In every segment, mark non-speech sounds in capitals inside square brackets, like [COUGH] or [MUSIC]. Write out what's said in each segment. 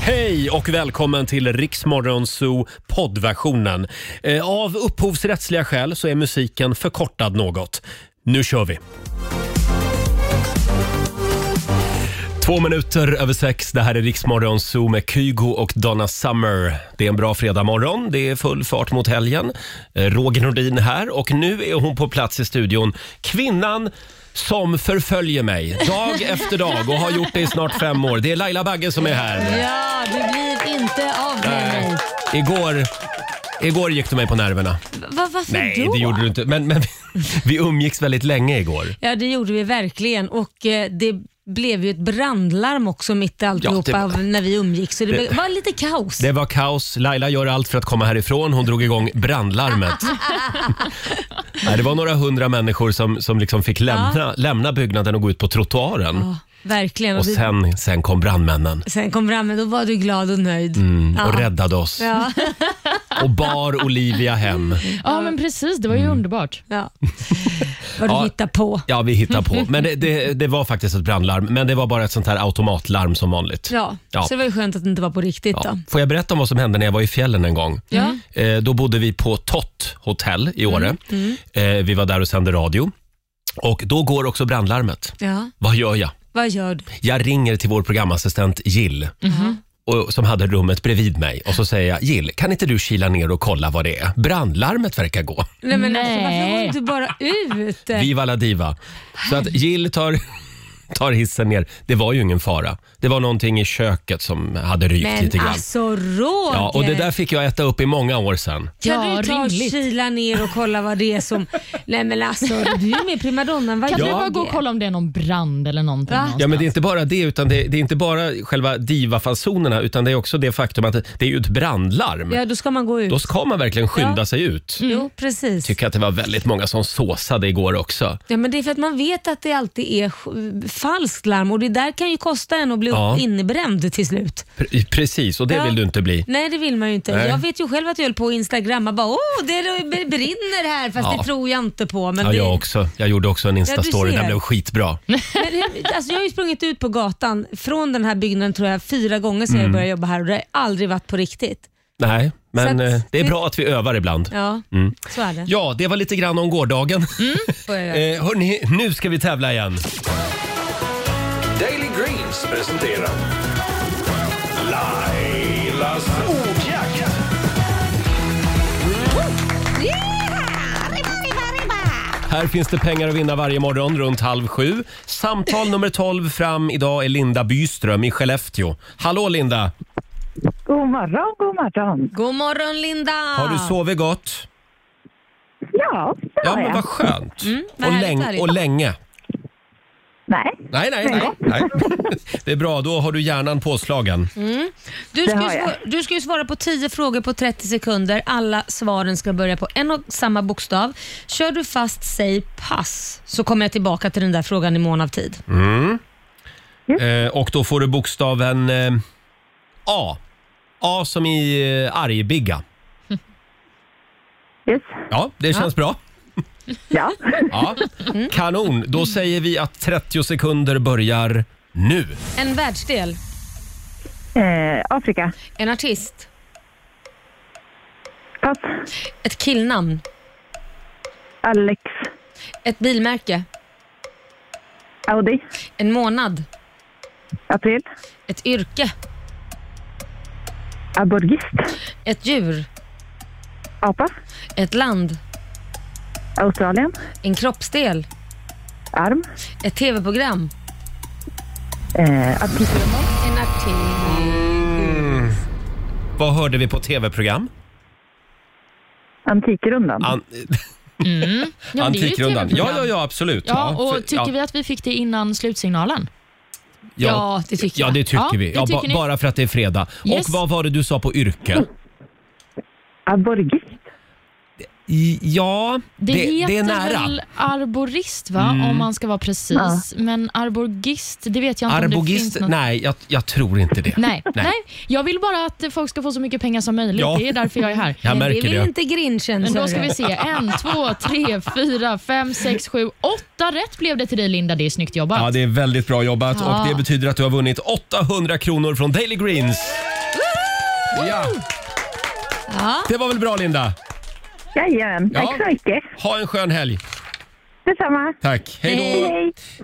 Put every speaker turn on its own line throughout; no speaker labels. Hej och välkommen till Riksmorgon Zoo poddversionen. Eh, Av upphovsrättsliga skäl så är musiken förkortad något. Nu kör vi! Två minuter över sex. Det här är Riksmorgon Zoo med Kygo och Donna Summer. Det är en bra fredagmorgon. Det är full fart mot helgen. Eh, Roger Nordin här och nu är hon på plats i studion. Kvinnan som förföljer mig dag [LAUGHS] efter dag och har gjort det i snart fem år. Det är Laila Bagge som är här.
Ja, du blir inte av med mig.
Igår, igår gick du mig på nerverna.
Va, varför
Nej,
då?
det gjorde du inte. Men, [LAUGHS] men vi umgicks väldigt länge igår.
Ja, det gjorde vi verkligen och eh, det blev ju ett brandlarm också mitt i alltihopa
det-
av när vi umgicks. Så det,
Det-
var lite kaos.
Det var kaos. Laila gör allt för att komma härifrån. Hon drog igång
[LAUGHS]
brandlarmet. Nej, det var några hundra människor som, som liksom fick lämna, lämna byggnaden och gå ut på trottoaren.
Ja, verkligen.
Och
vi-
sen, sen kom brandmännen
sen kom brandmän, då var du glad och nöjd. ja.
och räddade oss
Ja,
och bar Olivia hem.
Ja, men precis. Det var ju
Mm.
underbart.
[LAUGHS] ja. Vad du
Ja.
hittar på.
Ja, vi hittar på. Men det, det, det var faktiskt ett brandlarm. Men det var bara ett sånt här automatlarm som vanligt.
Ja.
Ja.
så det var ju skönt att det inte var på riktigt
Ja.
då.
Får jag berätta om vad som hände när jag var i fjällen en gång?
Ja. Mm,
Eh, då bodde vi på Tott hotell i Åre. Eh, vi var där och sände radio. Och då går också brandlarmet.
Ja.
Vad gör jag?
Vad gör du?
Jag ringer till vår programassistent Jill.
Mm-hmm.
Och, som hade rummet bredvid mig och så säger jag Jill, kan inte du kila ner och kolla vad det är? Brandlarmet verkar gå.
Nej, men Alltså, varför
Nej.
går du bara ut?
Viva la diva. Så att Jill tar, [LAUGHS] tar hissen ner. Det var ju ingen fara. Det var någonting i köket som hade rykt
men
lite grann.
alltså Roger!
Ja, och det där fick jag äta upp i många år sen.
Kan
Ja,
du ta
rimligt.
och kila ner och kolla vad det
[LAUGHS]
är som... Nej men alltså, du är ju med primadonnan. Vad
Kan
gör
du bara gå och kolla om det är någon brand eller någonting?
Va?
någonstans?
Ja, men det är inte bara det, utan det, det är inte bara själva divafasonerna, utan det är också det faktum att det, det är ju ett brandlarm.
Ja, Mm. då ska man gå ut.
Då ska man verkligen skynda sig ut.
Jo, precis.
Tycker att det var väldigt många som såsade igår också.
Ja, men det är för att man vet att det alltid är sj- falskt larm och det där kan ju kosta en att bli
Ja.
innebränd till slut.
Pre- precis, och det
Ja.
vill du inte bli.
Nej, det vill man ju inte.
Nej.
Jag vet ju själv att jag höll på att instagramma bara åh, det det brinner här fast
Ja.
det tror jag inte på. Men
Ja,
det... [LAUGHS]
jag också. Jag gjorde också en Insta-story,
ser.
den blev skitbra.
Men, det- alltså, jag har ju sprungit ut på gatan från den här byggnaden tror jag fyra gånger
Mm.
sedan jag började jobba här och det har aldrig varit på riktigt.
Nej, men
Så att-
eh, det är bra att vi övar ibland.
Ja,
Mm.
Mm. så är det.
Ja, det var lite grann om gårdagen.
Så är det.
Eh, hörni, nu ska vi tävla igen.
Daily Greens presenterar Lailas ordjakt.
Här finns det pengar att vinna varje morgon runt halv sju. Samtal nummer 12 fram idag är Linda Byström i Skellefteå. Hallå Linda!
God morgon, god morgon.
God morgon Linda!
Har du sovit gott?
Ah. Ja, det
Ja,
har
men
jag. Mm,
vad skönt.
vad
och,
härligt,
läng-
härligt.
och länge.
Nej,
Nej, nej, nej, nej. [LAUGHS] Det är bra, då har du hjärnan påslagen.
Du ska, ju
har jag.
svara, du ska ju svara på 10 frågor på 30 sekunder. Alla svaren ska börja på en och samma bokstav. Kör du fast, säg pass, så kommer jag tillbaka till den där frågan i mån av tid.
Mm.
Eh, och då får du bokstaven eh, A. A som i eh, argbigga.
[LAUGHS]
yes.
Ja, det känns
[LAUGHS]
bra.
Ja,
[LAUGHS] Ja. Kanon,
Mm.
då säger vi att 30 sekunder börjar nu.
En världsdel,
eh, Afrika.
en artist,
Pass.
ett killnamn,
Alex.
ett bilmärke,
Audi.
en månad,
April.
ett yrke,
Aborgist.
ett djur,
Apa.
ett land,
Australien.
en kroppsdel,
Arm.
ett tv-program,
Eh, artist.
en artist.
Vad hörde vi på
Mm.
tv-program?
Antikrundan.
An- [LAUGHS]
Ja, men det är ju ett
Antikrundan. Ja,
tv-program.
ja, ja, absolut.
Ja, och
för-
tycker vi att vi fick det innan slutsignalen?
Ja, det tycker
Ja,
jag.
det tycker
Ja,
vi.
det
Ja,
tycker
ba-
ni.
bara för att det är fredag.
Yes. Mm.
Och vad var det du sa på yrke?
Aborgist.
I- Ja, det,
Det,
det,
heter
är nära. Mm.
väl arborist, va? om man ska vara precis. Men arborgist, det vet jag inte om det
Arbogist?
finns något.
Nej, jag, jag tror inte det.
Nej.
Nej.
Nej. Jag vill bara att folk ska få så mycket pengar som möjligt.
[LAUGHS] Ja.
Det är därför jag är här.
Jag
det är
märker
väl
det.
inte grinchen
Men
sa
då ska
du?
vi se. En, två, tre, fyra, fem, sex, sju, åtta rätt blev det till dig Linda. Det är snyggt jobbat.
Ja, det är väldigt bra jobbat
Ja.
och det betyder att du har vunnit 800 kronor från Daily Greens. Ja,
Ja.
det var väl bra Linda?
Jajamän,
Ja.
tack så mycket.
Ha en skön helg.
Detsamma.
Tack. Hej då.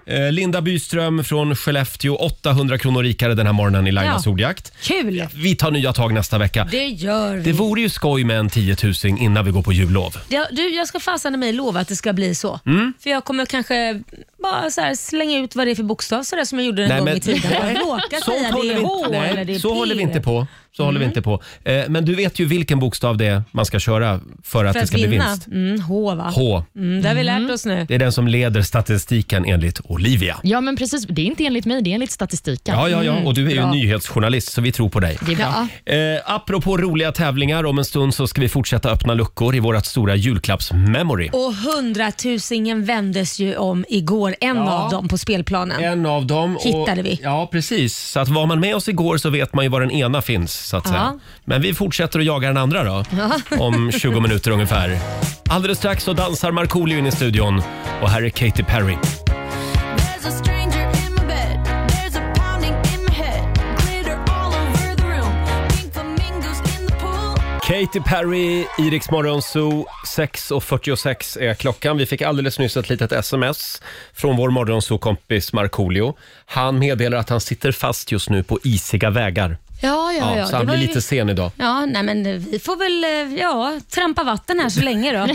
Hej.
Eh, Linda Byström från Skellefteå, 800 kronor rikare den här morgonen i Lailas
Ja.
ordjakt.
Kul!
Vi tar nya tag nästa vecka.
Det gör vi.
Det vore ju skoj med en 10 000 innan vi går på jullov.
Ja, du, jag ska fasen i mig lova att det ska bli så.
Mm.
För jag kommer kanske bara så här slänga ut vad det är för bokstav sådär som jag gjorde en
Nej,
gång
men-
i tiden. Jag
[LAUGHS]
råkar
Sånt
säga det
håller
är
vi
H
inte,
eller det är
nej, så
P. Mm.
håller vi inte på. Så håller vi inte på. Eh, Men du vet ju vilken bokstav det är man ska köra för att
För
det
att
ska bli
vinna.
vinst.
Mm, H va?
H.
Mm, det har vi lärt oss nu.
Det är den som leder statistiken enligt Olivia.
Ja, men precis. Det är inte enligt mig, det är enligt statistiken.
Ja, ja, ja. Och du är ju
Bra.
nyhetsjournalist så vi tror på dig.
Det är bra.
Mm. Ja.
Eh, apropå roliga tävlingar, om en stund så ska vi fortsätta öppna luckor i vårt stora julklappsmemory.
Och hundratusingen vändes ju om igår, en
Ja.
av dem på spelplanen.
En av dem. och-
Hittade vi.
Ja, precis. Så att var man med oss igår så vet man ju var den ena finns. Så att
Ja.
säga. Men vi fortsätter att jaga den andra då.
[LAUGHS]
Om 20 minuter ungefär. Alldeles strax så dansar Markoolio in i studion. Och här är Katy Perry.
There's a stranger in my bed. There's a pounding in my head. Glitter all over the room. Pink flamingos in the pool.
Katy Perry, Iriks morgonzoo. 6.46 är klockan. Vi fick alldeles nyss ett litet sms från vår morgonzoo-kompis Markoolio. Han meddelar att han sitter fast just nu på isiga vägar.
Ja, ja, ja.
så han
Det
blir
var ju-
lite sen idag.
Ja, nej men vi får väl eh, ja, trampa vatten här så länge [LAUGHS] då.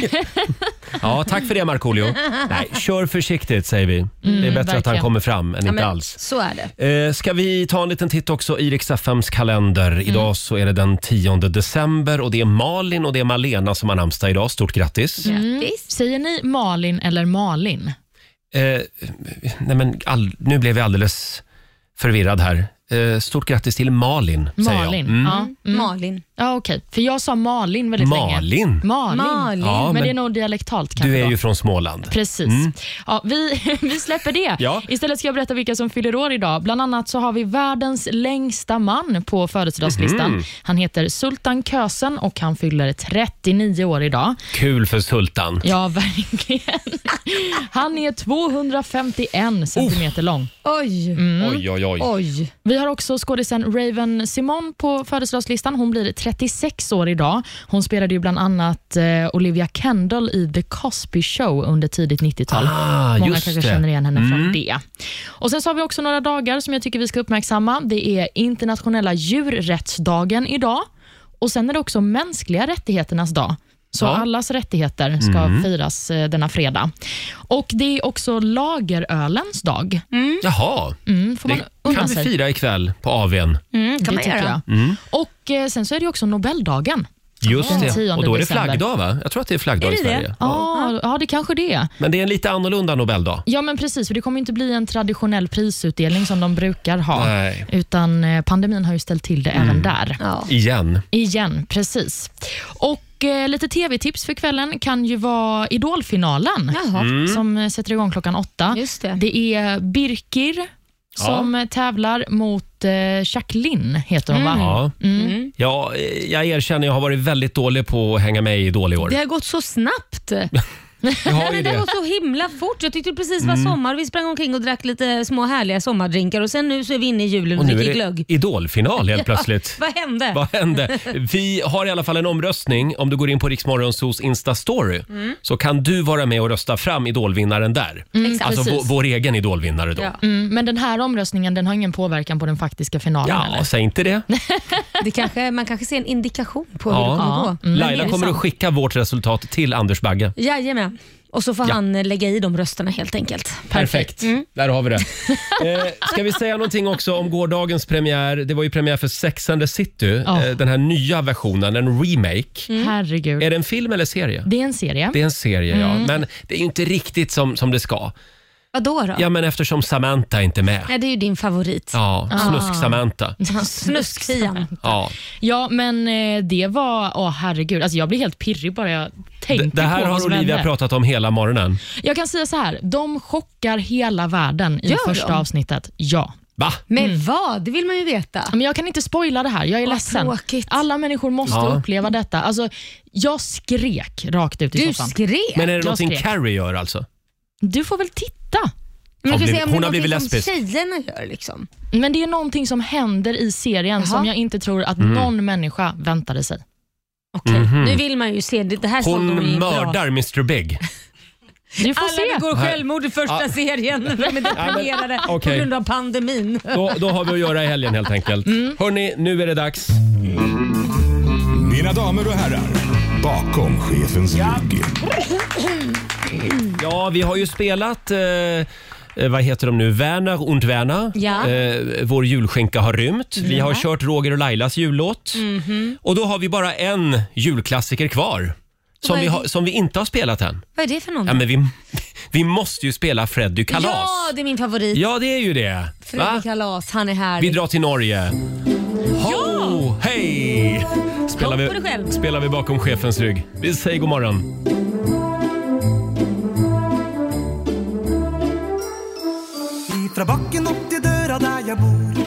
Ja, tack för det Markoolio.
[LAUGHS]
Nej, kör försiktigt säger vi. det är bättre att han
Mm, verkligen.
kommer fram än
Ja,
inte
men
alls.
Så är det.
Eh, ska vi ta en liten titt också i Rix FMs kalender.
Mm.
Idag så är det den 10 december och det är Malin och det är Malena som har namnsdag idag. Stort grattis.
Visst.
Säger ni Malin eller Malin? Mm.
Eh, nej men all, nu blev jag alldeles förvirrad här. Eh, stort grattis till Malin, säger jag.
Malin.
Mm.
Ja, mm.
Malin.
ja okej. För jag sa Malin väldigt länge.
Malin?
Malin.
Malin.
Ja,
men,
men
det är nog dialektalt kanske.
Du är
då.
ju från Småland.
Precis. Ja, vi, [LAUGHS] vi släpper det.
Ja.
Istället ska jag berätta vilka som fyller år idag. Bland annat så har vi världens längsta man på födelsedagslistan.
Mhm.
Han heter Sultan Kösen och han fyller 39 år idag.
Kul för Sultan.
Ja, [LAUGHS] verkligen. Han är 251 centimeter lång.
Oj,
Mm.
Oj, oj, oj.
oj.
Vi har också skådisen Raven Simone på födelsedagslistan. Hon blir 36 år idag. Hon spelade ju bland annat eh, Olivia Kendall i The Cosby Show under tidigt 90-tal.
Ah,
Många
just
kanske
det. Mm.
känner igen henne från det. Och Sen så har vi också några dagar som jag tycker vi ska uppmärksamma. Det är internationella djurrättsdagen idag och sen är det också mänskliga rättigheternas dag. Så
Ja. Mm.
allas rättigheter ska firas eh, denna fredag. Och Det är också lagerölens dag.
Jaha.
Mm, får man
Det
unna
kan vi
sig.
fira ikväll på AWn.
Mm, kan
det
man
tycker
göra.
jag. Och eh, sen så är det ju också Nobeldagen.
Just
Den
det.
10
Och då är det
december.
flaggdag, va? Jag tror att det är flaggdag
Är
i
det
Sverige.
det?
Ja.
Ja, ja, det kanske det är.
Men det är en lite annorlunda Nobeldag.
Ja, men precis. För det kommer inte bli en traditionell prisutdelning som de brukar ha.
Nej.
Utan eh, pandemin har ju ställt till det även där.
Ja.
Igen.
Mm.
Igen, precis. Och eh, lite tv-tips för kvällen kan ju vara Idolfinalen
Jaha.
som eh, sätter igång klockan åtta.
Just det.
är Birkir som eh, tävlar mot eh, Jacqueline, heter hon va?
Ja.
Mm.
Ja, eh, jag erkänner, jag har varit väldigt dålig på att hänga med i dåliga år.
Det har gått så [LAUGHS] snabbt.
Jag har ju
[LAUGHS] det Mm. har
det.
gått så himla fort. Jag tyckte det precis var sommar. Vi sprang omkring och drack lite små härliga sommardrinkar och sen nu så är vi inne i julen och,
Och nu
dricker
är
glögg.
det idolfinal
[LAUGHS]
helt plötsligt.
Vad hände?
Vad hände? Vi har i alla fall en omröstning. Om du går in på Riksmorgonsos Insta-story
Mm.
så kan du vara med och rösta fram idolvinnaren där. alltså vår,
precis.
vår egen idolvinnare då. Ja,
Ja.
Mm, men den här omröstningen den har ingen påverkan på den faktiska finalen? eller?
säg inte
Mm.
det.
Det kanske, man kanske ser en indikation på hur det Mm. kommer
Ja.
gå. Men är
Laila
det
kommer att
sant?
skicka vårt resultat till Anders Bagge.
Jajamän. Och så får
Ja.
han eh, lägga i de rösterna helt enkelt.
Perfekt.
Mm.
Där har vi
[LAUGHS]
det. Eh, ska vi säga någonting också om gårdagens premiär? Det var ju premiär för Sex and the City,
Ja.
eh, den här nya versionen, en remake.
Mm.
Herregud.
Mm. Är det en film eller serie?
Det är en serie.
Det är en serie,
Mm.
ja. Men det är ju inte riktigt som, som det ska.
Vadå då?
Ja, men eftersom Samantha är inte med.
Nej, det är ju din favorit.
Ja,
Ah.
Snusk-Samantha.
Snuskfian.
Ja.
Ja, men eh, det var... Åh, herregud. Alltså, jag blir helt pirrig bara jag
Det,
tänker
det här
på vad
har
som
Olivia
hände.
pratat om hela morgonen.
Jag kan säga så här, de chockar hela världen i
Gör
första
de?
avsnittet. Ja.
Va?
Men vad? Det vill man ju veta.
Men jag kan inte spoila det här, jag är
Vad
ledsen.
tråkigt.
Alla människor måste
Ja.
uppleva detta. Alltså, jag skrek rakt ut i
Du
soffan.
skrek.
Men är det någonting
skrek.
Carrie gör alltså?
Du får väl titta.
Men
Har
du kan
blivit-
säga om det
hon
är
har blivit
någonting
lesbisk.
som tjejerna gör liksom.
Men det är någonting som händer i serien
Jaha.
som jag inte tror att
Mhm.
någon människa väntade sig.
Okej, nu vill man ju se. Det, det här såg de ju
Hon
inte bra.
mördar Mr Big.
Du får
Alla
se. Alltså,
begår självmord i
[LAUGHS]
första serien. De är deprimerade
okej.
på grund av pandemin.
Då, då har vi att göra i helgen helt enkelt.
Mm.
Hörni, nu är det dags.
Mina damer och herrar, bakom chefens rygg.
Ja, vi har ju spelat eh, eh, vad heter de nu? Werner und Werner.
Ja.
Eh, vår julskinka har rymt. Vi har kört Roger och Lailas jullåt.
Mhm.
Och då har vi bara en julklassiker kvar som
Vad är
vi,
det?
har, som vi inte har spelat än.
Vad är det för någonting?
Ja, men vi, [LAUGHS] vi måste ju spela Freddy Kalas.
Ja, det är min favorit.
Ja, det är ju det.
Fredrik Kalas, han är här.
Vi drar till Norge. Ho, hej! Spelar
Hopp på dig själv.
vi, spelar vi bakom chefens rygg. Vi säger god morgon.
Fra bakken opp til døra der jeg bor.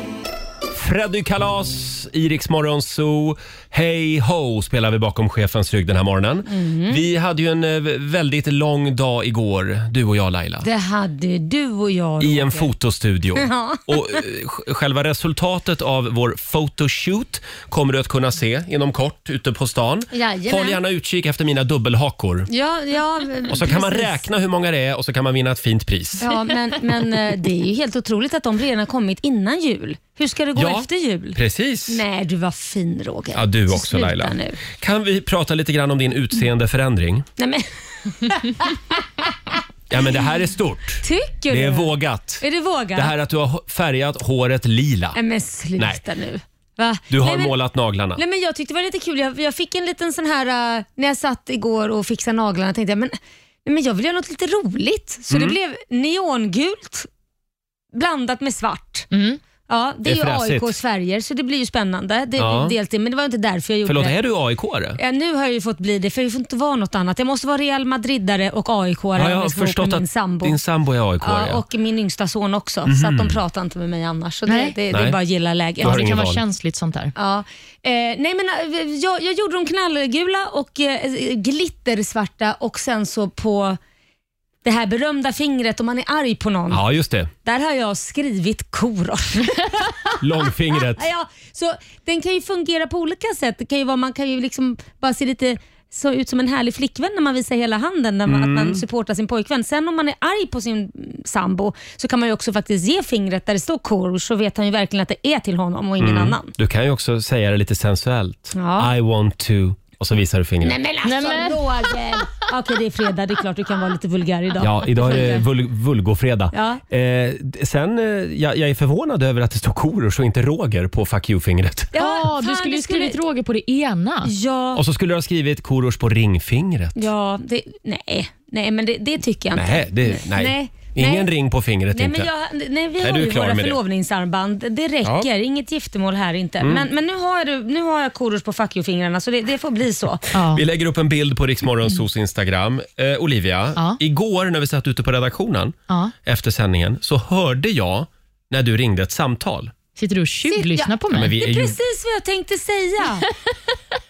Freddy Kalas, Iriks Morgonzoo, Hej Ho spelar vi bakom chefens rygg den här morgonen.
Mhm.
Vi hade ju en eh, väldigt lång dag igår, du och jag Laila.
Det hade du och jag.
I en
Roger.
fotostudio.
[LAUGHS] Ja.
Och eh, sj- själva resultatet av vår photoshoot kommer du att kunna se inom kort ute på stan.
Jajamän.
Håll gärna utkik efter mina dubbelhakor.
Ja, ja,
[LAUGHS] Och så kan man
precis.
räkna hur många det är och så kan man vinna ett fint pris.
Ja, men, men eh, det är ju helt otroligt att de redan har kommit innan jul. Hur ska det gå
Ja.
efter jul?
Precis.
Nej, du var fin Roger.
Ja, du
Så
också
sluta
Laila.
Nu.
Kan vi prata lite grann om din utseendeförändring?
Nej, men,
Ja, men det här är stort.
tycker
Det är
du?
vågat.
Är det vågat?
Det här att du har färgat håret lila.
Nej, men sluta nu. Va?
Du har
Nej, men,
målat naglarna.
Nej, men jag tyckte det var lite kul. Jag, jag fick en liten sån här, eh, när jag satt igår och fixade naglarna, tänkte jag men, nej, men jag vill göra något lite roligt. Så
Mm.
det blev neongult blandat med svart.
Mm.
Ja, det,
Det är
är, ju
fräsigt.
AIKs färger så det blir ju spännande. Det,
Ja.
ja. men det var inte därför jag gjorde
Förlåt,
det.
är du AIK-are?
Ja, nu har jag ju fått bli det, för det får inte vara något annat. Jag måste vara Real Madridare och
Ja,
AIK-are
jag
om
har
jag ska vara ihop
förstått
med min
att
sambo.
din sambo är AIK.
ja,
Ja,
och min yngsta son också, så att de pratar inte med mig annars. Så
Nej.
det, det, det
Mhm. Nej.
är bara att gilla läget.
Då har
Ja,
du
det
ingen
kan vara
val.
känsligt sånt där.
Ja. Eh, nej men eh, jag, jag gjorde dem knallgula och eh, glittersvarta och sen så på det här berömda fingret om man är arg på någon.
ja just det.
Där har jag skrivit koror.
Långfingret.
ja, så den kan ju fungera på olika sätt. Det kan ju vara, man kan ju liksom bara se lite så ut som en härlig flickvän när man visar hela handen, när man, att
Mm.
man supportar sin pojkvän. Sen om man är arg på sin mm, sambo så kan man ju också faktiskt ge fingret där det står koror så vet han ju verkligen att det är till honom och ingen
Mm.
annan.
Du kan ju också säga det lite sensuellt.
Ja.
I want to... Och så visar du fingret.
Nej men alltså
Nej, men-
Roger! [LAUGHS] Okej det är fredag, det är klart du kan vara lite vulgär idag.
Ja, idag är det vul- vulgofredag.
Ja.
Eh, d- sen, eh, jag, jag är förvånad över att det står Korosh och inte Roger på fuck you-fingret.
Ja,
Ja,
Ah, du
fan,
skulle
det
ju skrivit Roger på det ena.
Ja,
Och så skulle du ha skrivit Korosh på ringfingret.
ja det, nej, nej men det, det tycker jag inte.
Nej, det, nej.
Nej.
ingen
Nej.
ring på fingret
Nej,
inte.
men jag, nej, vi
Nej,
har
du är
ju
klar
våra
med det.
förlovningsarmband. Det räcker. Inget giftermål här inte.
Mm.
Men, men nu har jag, nu har jag korus på fuck you-fingrarna så det, det får bli så.
Ja.
Vi lägger upp en bild på Riksmorgonsos
Mm.
Instagram. Eh, Olivia,
Ja.
igår när vi satt ute på redaktionen
Ja.
efter sändningen så hörde jag när du ringde ett samtal.
Sitter du och tjuvlyssnar på mig?
Men vi
Det är
är ju,
precis vad jag tänkte
[LAUGHS]
säga.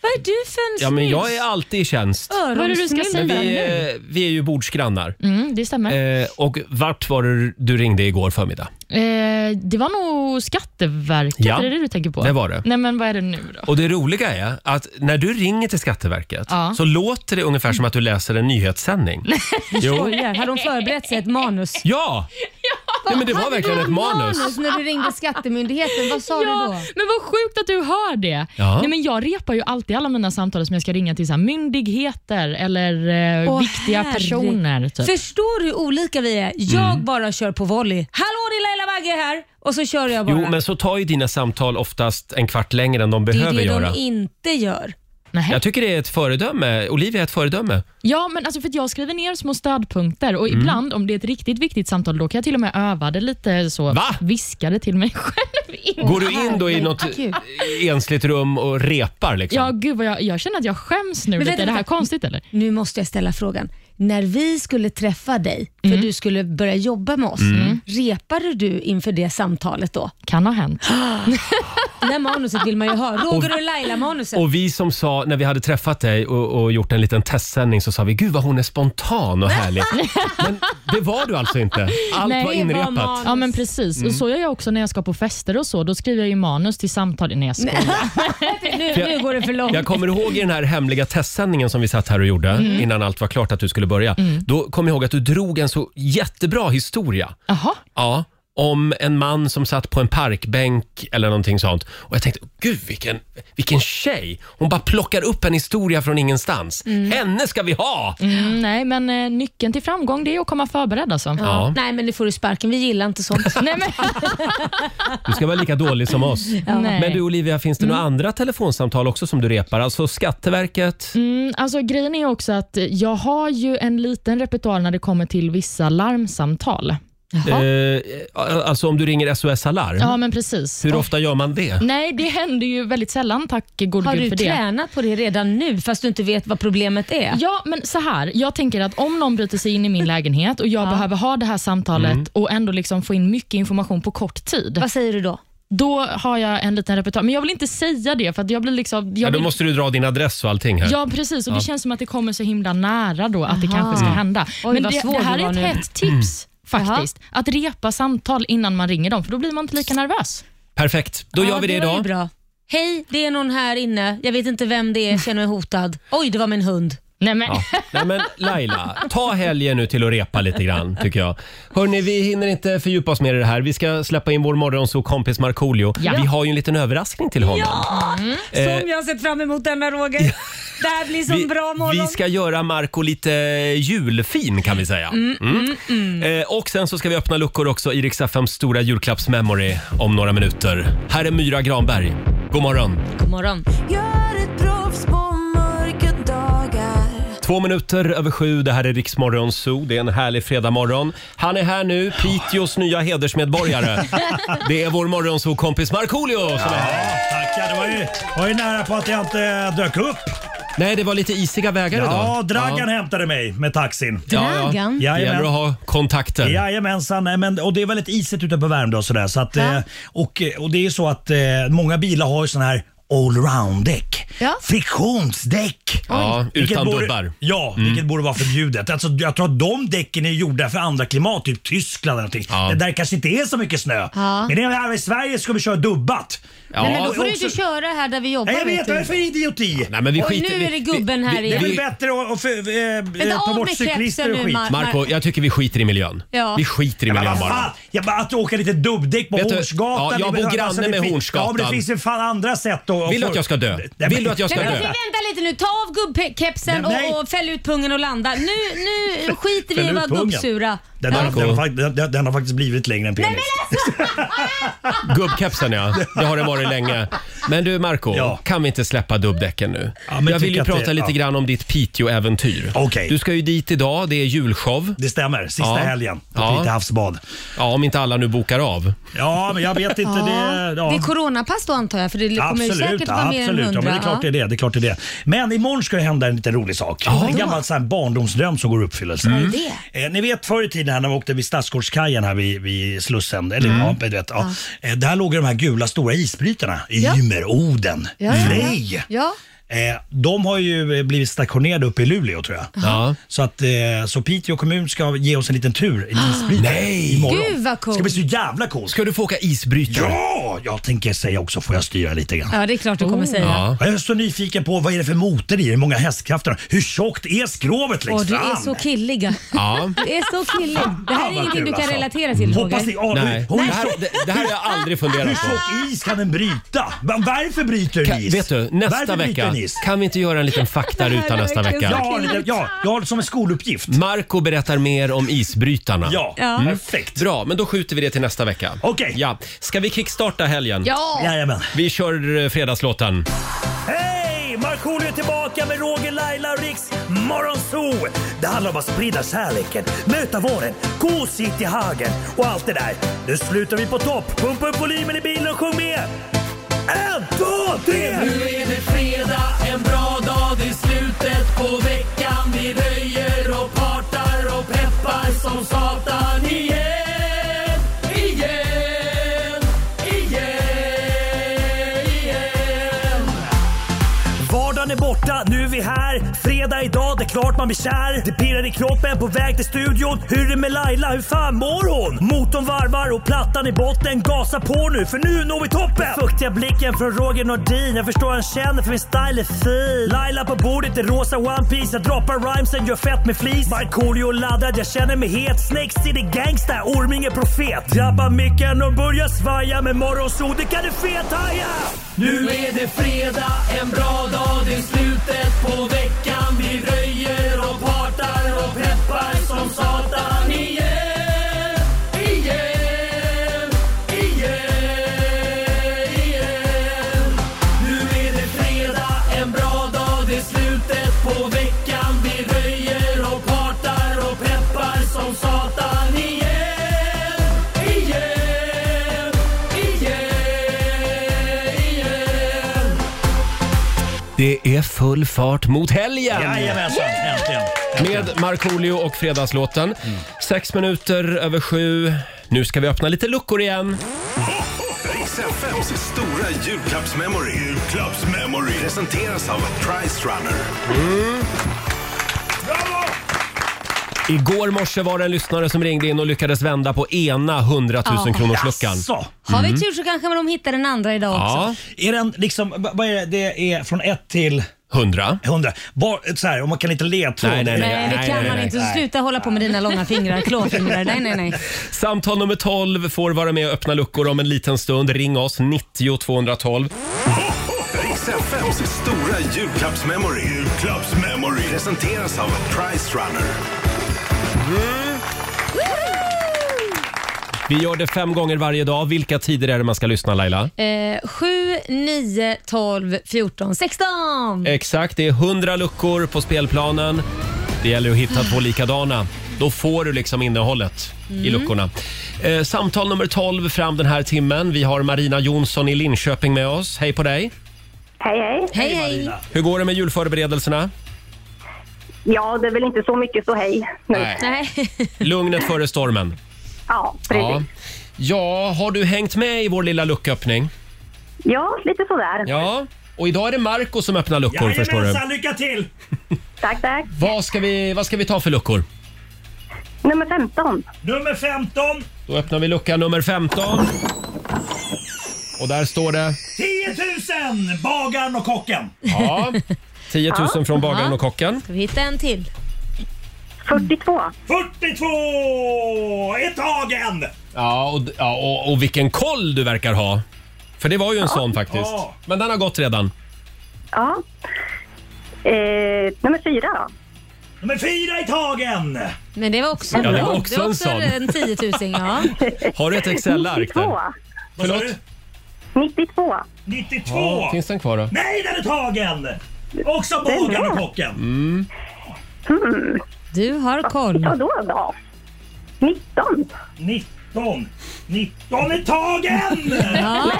vad är du för en
ja, men jag
snus?
är alltid i tjänst.
Vad är det du ska
Öronsnus.
säga
Vi
nu?
är, vi är ju bordsgrannar.
Mm, det stämmer.
Eh, och vart var det du ringde igår förmiddag?
Eh, det var nog Skatteverket,
Ja,
är det det du tänker på?
det var det.
Nej, men vad är det nu då?
Och det roliga är att när du ringer till Skatteverket
Ja.
så låter det ungefär som att du läser en nyhetssändning. jo.
[LAUGHS] Skojar. Har de förberett sig ett manus?
Ja! Nej, men det var verkligen ett manus.
när du
[LAUGHS]
ringde Skattemyndigheten, vad sa du då?
men vad sjukt att du hör det.
Ja.
Nej, men jag repar ju alltid alla mina samtal som jag ska ringa till så här, myndigheter eller eh,
Åh,
viktiga
herre-
personer. Typ.
Förstår du hur olika vi är? Jag
Mm.
bara kör på volley. Hallå det är Laila Bagge här! Och så kör jag bara.
Jo, men så tar ju dina samtal oftast en kvart längre än de
det är
behöver
det
göra.
de inte gör.
Nej.
Jag tycker det är ett föredöme. Olivia är ett föredöme.
Ja, men alltså för att jag skriver ner små stödpunkter och ibland om det är ett riktigt viktigt samtal då kan jag till och med öva det lite så.
Va?
Viska det till mig [LAUGHS] själv. innan.
Går du in då i något
Herregud.
ensligt rum och repar
Ja,
liksom?
gud vad jag, jag känner att jag skäms
Men
nu. Lite.
vänta,
Är det här
vänta.
konstigt eller?
Nu måste jag ställa frågan. När vi skulle träffa dig, för
Mm.
du skulle börja jobba med oss, repade du inför det samtalet då?
Kan ha hänt.
Det där manuset vill man ju ha. Roger och Laila-manuset.
Och vi som sa, när vi hade träffat dig och, och gjort en liten testsändning så sa vi, gud vad hon är spontan och
[LAUGHS]
härlig. Men det var du alltså inte. Allt
Nej,
var
det var
inrepat.
man-
Ja men precis.
Mm.
Och så gör jag också när jag ska på fester och så. Då skriver jag ju manus till samtal. Mm, Nej jag skojar.
Nu, nu går det för långt.
Jag kommer ihåg i den här hemliga testsändningen som vi satt här och gjorde
Mm.
innan allt var klart att du skulle börja. Då kom jag ihåg att du drog en så jättebra historia.
Jaha.
Ja, om en man som satt på en parkbänk eller någonting sånt. Och jag tänkte, gud vilken, vilken tjej! Hon bara plockar upp en historia från ingenstans.
Mm.
Henne ska vi ha!
Mm, nej men eh, nyckeln till framgång det är att komma förberedd alltså.
Ja,
Nej, men nu får du sparken. Vi gillar inte sånt.
[LAUGHS]
Nej, men,
du ska vara lika dålig som oss.
nej. Mm.
Men du Olivia, finns det några andra telefonsamtal också som du repar? Alltså Skatteverket?
Mm, alltså, grejen är också att jag har ju en liten repertoar när det kommer till vissa larmsamtal.
Eh, alltså om du ringer SOS Alarm?
Ja, men precis.
Hur
Och-
ofta gör man det?
Nej, det händer ju väldigt sällan, tack gode
Har
gud
du
för det.
tränat på det redan nu fast du inte vet vad problemet är?
Ja, men så här. Jag tänker att om någon bryter sig in i min lägenhet och jag behöver ha det här samtalet
Mm.
och ändå liksom få in mycket information på kort tid,
Vad säger du då?
då har jag en liten repertoar. Men jag vill inte säga det, för att jag blir liksom... Jag
Ja, då
vill,
måste du dra din adress och allting här.
Ja, precis. Och Det känns som att det kommer så himla nära då, att det kanske
Mm.
ska hända.
Oj,
men
vad
det,
svår
det här
du
är
var
ett
nu.
hett tips. Faktiskt. Att repa samtal innan man ringer dem, för då blir man inte lika nervös.
Perfekt, då
Ja,
gör vi det,
det var ju
idag.
bra. Hej, det är någon här inne. Jag vet inte vem det är, jag känner mig hotad. Oj, det var min hund.
Nej, men,
Ja. Nej, men Laila, ta helgen nu till att repa lite grann tycker jag. Hörni, vi hinner inte fördjupa oss mer i det här. Vi ska släppa in vår morgonsokompis Markoolio.
Ja.
Vi har ju en liten överraskning till honom. Eh,
Som jag har sett fram emot denna Roger. Det här blir så
Vi,
bra morgon.
vi ska göra Marco lite eh, julfin kan vi säga. Mm. Eh, och sen så ska vi öppna luckor också i Rix FMs stora julklappsmemory om några minuter. Här är Myra Granberg. God morgon!
God morgon.
Gör ett proffs på mörka dagar
Två minuter över sju, det här är Riksmorgon Zoo. Det är en härlig fredagmorgon. Han är här nu, Piteås nya hedersmedborgare.
[LAUGHS]
Det är vår morgonzoo-kompis Markoolio som är här.
Tackar, det var ju, var ju nära på att jag inte dök upp.
Nej, det var lite isiga vägar idag.
Ja, Dragan hämtade mig med taxin.
Ja, ja.
Dragan.
Det gäller att
Jajamän.
ha kontakter.
Jajamensan, nej, men, och det är väldigt isigt ute på Värmdö och sådär. Så att, eh, och, och det är så att eh, många bilar har ju sådana här allround-däck.
Ja.
Friktionsdäck.
Ja,
Vilket
utan
borde,
dubbar. Mm.
Ja, vilket borde vara förbjudet. Alltså, jag tror att de däcken är gjorda för andra klimat, typ Tyskland eller någonting.
Ja.
Det där kanske inte är så mycket snö.
Ja.
Men här i Sverige ska vi köra dubbat.
Ja.
Nej, men då
och
får du
också-
inte köra här där vi jobbar.
Nej, jag vet,
du.
vad är det för idioti?
Nej, men vi
Oj,
skiter,
nu är det gubben här
vi,
Det är
vi,
väl
vi,
bättre att, att, att,
Men
att, ta
av
bort
med
cyklister
kepsen
och
nu,
skit.
Mark.
Marco, jag tycker vi skiter i miljön.
Ja.
Vi skiter i
Men
miljön
vad
bara.
fan! Jag bara, att åka lite dubbdäck på
Vet du-
Hornsgatan.
Ja, jag
det är
bor
väl-
granne
det
med
finns-
Hornsgatan.
Ja, men det finns ju fan andra sätt att...
Vill du
få-
att jag ska dö?
Nej, men-
Vill du att jag ska
Nej, men
dö?
okej, vänta lite nu. Ta av gubbkepsen
Nej, nej.
och, och fäll ut pungen och landa. Nu, nu skiter vi i
[LAUGHS] Fäll
att
ut
vara
pungen.
gubbsura.
Den, har,
Marco.
den, har, fakt- den, den, den har faktiskt blivit längre än penis.
Gubbkepsen ja, det har den varit länge. Men du Marco,
Ja.
kan vi inte släppa dubbdäcken nu?
Ja, men
jag vill
tycker
ju
att
prata
det-
lite
ja.
grann om ditt Piteå-äventyr.
Okej.
Du ska ju dit idag, det är julshow.
det stämmer. Sista
Ja.
helgen.
Ja.
Ja. Lite havsbad.
Ja, om inte alla nu bokar av.
Ja, men jag vet inte. Det,
Det är
ja.
coronapass då antar jag, för det kommer ju säkert vara mer än
absolut. Ja,
hundra.
men det är klart det är det. det, är klart det, är det. Men imorgon ska det hända en liten rolig sak. en gammal så här, barndomsdröm som går i uppfyllelse.
Mm.
Eh, ni vet förr i tiden här när vi åkte vid Stadsgårdskajen här vid, vid Slussen. Eller,
Mm.
ja, du vet, ja. Eh, där låg ju de här gula stora isbrytarna. Ymer, Oden,
Ja, ja, ja.
Frej.
Ja.
Eh, de har ju eh, blivit stationerade uppe i Luleå tror jag.
Ja.
Så, att, eh, så Piteå kommun ska ge oss en liten tur i isbrytare imorgon.
Ah. Gud, vad coolt.
Det ska bli så jävla coolt.
Ska du få åka isbrytare?
Ja, jag tänker säga också får jag styra lite grann.
ja, det är klart du kommer
Oh.
säga.
Ja.
Jag är så nyfiken på vad är det för motor i det? Hur många hästkrafter? Hur tjockt är skrovet
Åh,
längst
du
fram?
är så killig.
Ja.
Du är så killig. Det här är
Fan, vad
ingenting
kul,
du kan
alltså.
relatera till
Hoppas ni
Roger.
anar
Nej,
hur,
det
hur,
här,
tjock,
det, det här har jag aldrig
hur
funderat på.
tjock is kan den bryta? Va- Varför bryter den
Kan,
is?
vet du, nästa
Varför bryter
vecka
den is?
kan vi inte göra en liten faktaruta nästa
Jag
vecka?
har, lite- ja, jag har det som en skoluppgift.
Marco berättar mer om isbrytarna.
Ja,
Ja.
perfekt.
Bra, men då skjuter vi det till nästa vecka.
Okej.
Ja. Ska vi kickstarta helgen?
Ja,
Jajamän.
Vi kör eh, fredagslåten.
Hej! Markoolio är tillbaka med Roger, Laila och Riks Morgonzoo! Det handlar om att sprida kärleken, möta våren, gosigt i hagen och allt det där. Nu slutar vi på topp! Pumpa upp volymen i bilen och sjung med! En, två, tre!
Igen, igen, igen
Han är borta, nu är vi här. Fredag idag, det är klart man blir kär. Det pirrar i kroppen, på väg till studion. Hur är det med Laila, hur fan mår hon? Motorn varvar och plattan i botten. Gasa på nu, för nu når vi toppen! Den fuktiga blicken från Roger Nordin. Jag förstår han känner, för min style är fin. Laila på bordet i rosa One Piece Jag droppar rhymesen, gör fett med flis. Markoolio laddad, jag känner mig het. Snake City gangsta, Orming är profet. Drabbar micken och börjar svaja. Med morgonsol, det kan du fethaja!
Nu är det fredag, en bra dag, det är slutet på veckan. Vi röjer och partar och peppar som satan igen. Igen, igen, igen. Nu är det fredag, en bra dag, det är slutet på veckan. Vi röjer och partar och peppar som satan igen. Igen, igen, igen.
Det är full fart mot helgen!
Jajamensan, äntligen.
Med Markoolio och Fredagslåten. Sex minuter över sju. Nu ska vi öppna lite luckor igen.
Riks FMs stora julklappsmemory. Julklappsmemory. Presenteras av Price Runner.
Igår morse var det en lyssnare som ringde in och lyckades vända på ena 100 000
Ja.
kronors luckan.
Så.
Har
Mm.
vi tur så kanske de hittar den andra idag också.
Ja,
Är den liksom, v- vad är det? Det är från 1 till
100.
100. Var, så här, och man kan inte ledtråd.
Nej, nej,
Nej, det
nej,
kan
nej,
man
nej,
inte. Så sluta hålla på med dina långa fingrar, klåfingrar. Nej, nej, nej.
Samtal nummer 12 får vara med och öppna luckor om en liten stund. Ring oss, 90 212.
Riks FMs stora julklappsmemory. Julklappsmemory. Presenteras av Price Runner.
Vi gör det fem gånger varje dag. Vilka tider är det man ska lyssna Laila?
Eh, 7, 9, 12, 14, 16!
Exakt, det är 100 luckor på spelplanen. Det gäller att hitta två likadana. Då får du liksom innehållet i luckorna. Eh, samtal nummer 12 fram den här timmen. Vi har Marina Jonsson i Linköping med oss. Hej på dig!
Hej, hej.
Hej, hej!
Hur går det med julförberedelserna?
Ja, det är väl inte så mycket så hej nu.
Nej. [LAUGHS]
Lugnet före stormen.
Ja, precis.
ja, har du hängt med i vår lilla lucköppning?
Ja, lite sådär.
Ja. Och idag är det Marco som öppnar luckor förstår du.
Jajamensan, lycka till!
Tack, tack.
Vad ska, vi, vad ska vi ta för luckor?
Nummer 15.
Nummer 15,
Då öppnar vi lucka nummer 15. Och där står det...
10 000, bagaren och kocken.
Ja. 10 000 från bagaren
Ja.
och kocken.
Ska vi hitta en till?
42.
42 är tagen!
Ja, och, ja och, och vilken koll du verkar ha. För det var ju en sån faktiskt.
Ja.
Men den har gått redan.
Ja. Eh, nummer 4 då.
Nummer 4 är tagen!
Men det var också
Ja,
bra.
det var också en sån.
en 10 000, ja.
Har du ett Excel-ark
92.
där?
Vad sa du?
92.
92!
Ja, finns den kvar då?
Nej, den är tagen! Också bagaren och kocken.
Du har koll.
Ja, då då. 19.
19. 19 är
[LAUGHS]
tagen!
Ja.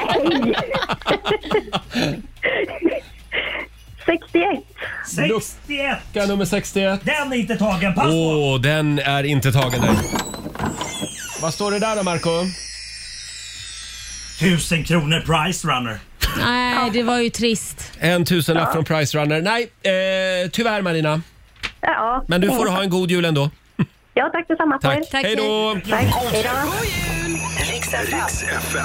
[LAUGHS]
61.
61.
Lucka nummer 61.
Den är inte tagen. Pass
Åh,
på!
den är inte tagen där. Vad står det där då, Marco?
1000 kronor Price Runner.
Nej, det var ju trist.
En tusenlapp från Price Runner. Nej, eh, tyvärr Marina.
Ja.
Men du får ha en god jul ändå.
Ja, tack detsamma. på er.
Tack.
Tack,
Hej då!
Tack. Hej då.
Riks FM.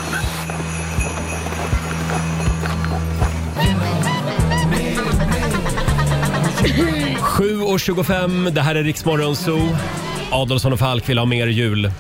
Sju och 25, det här är Riksmorgon Zoo. Adolfsson och Falk vill ha mer jul.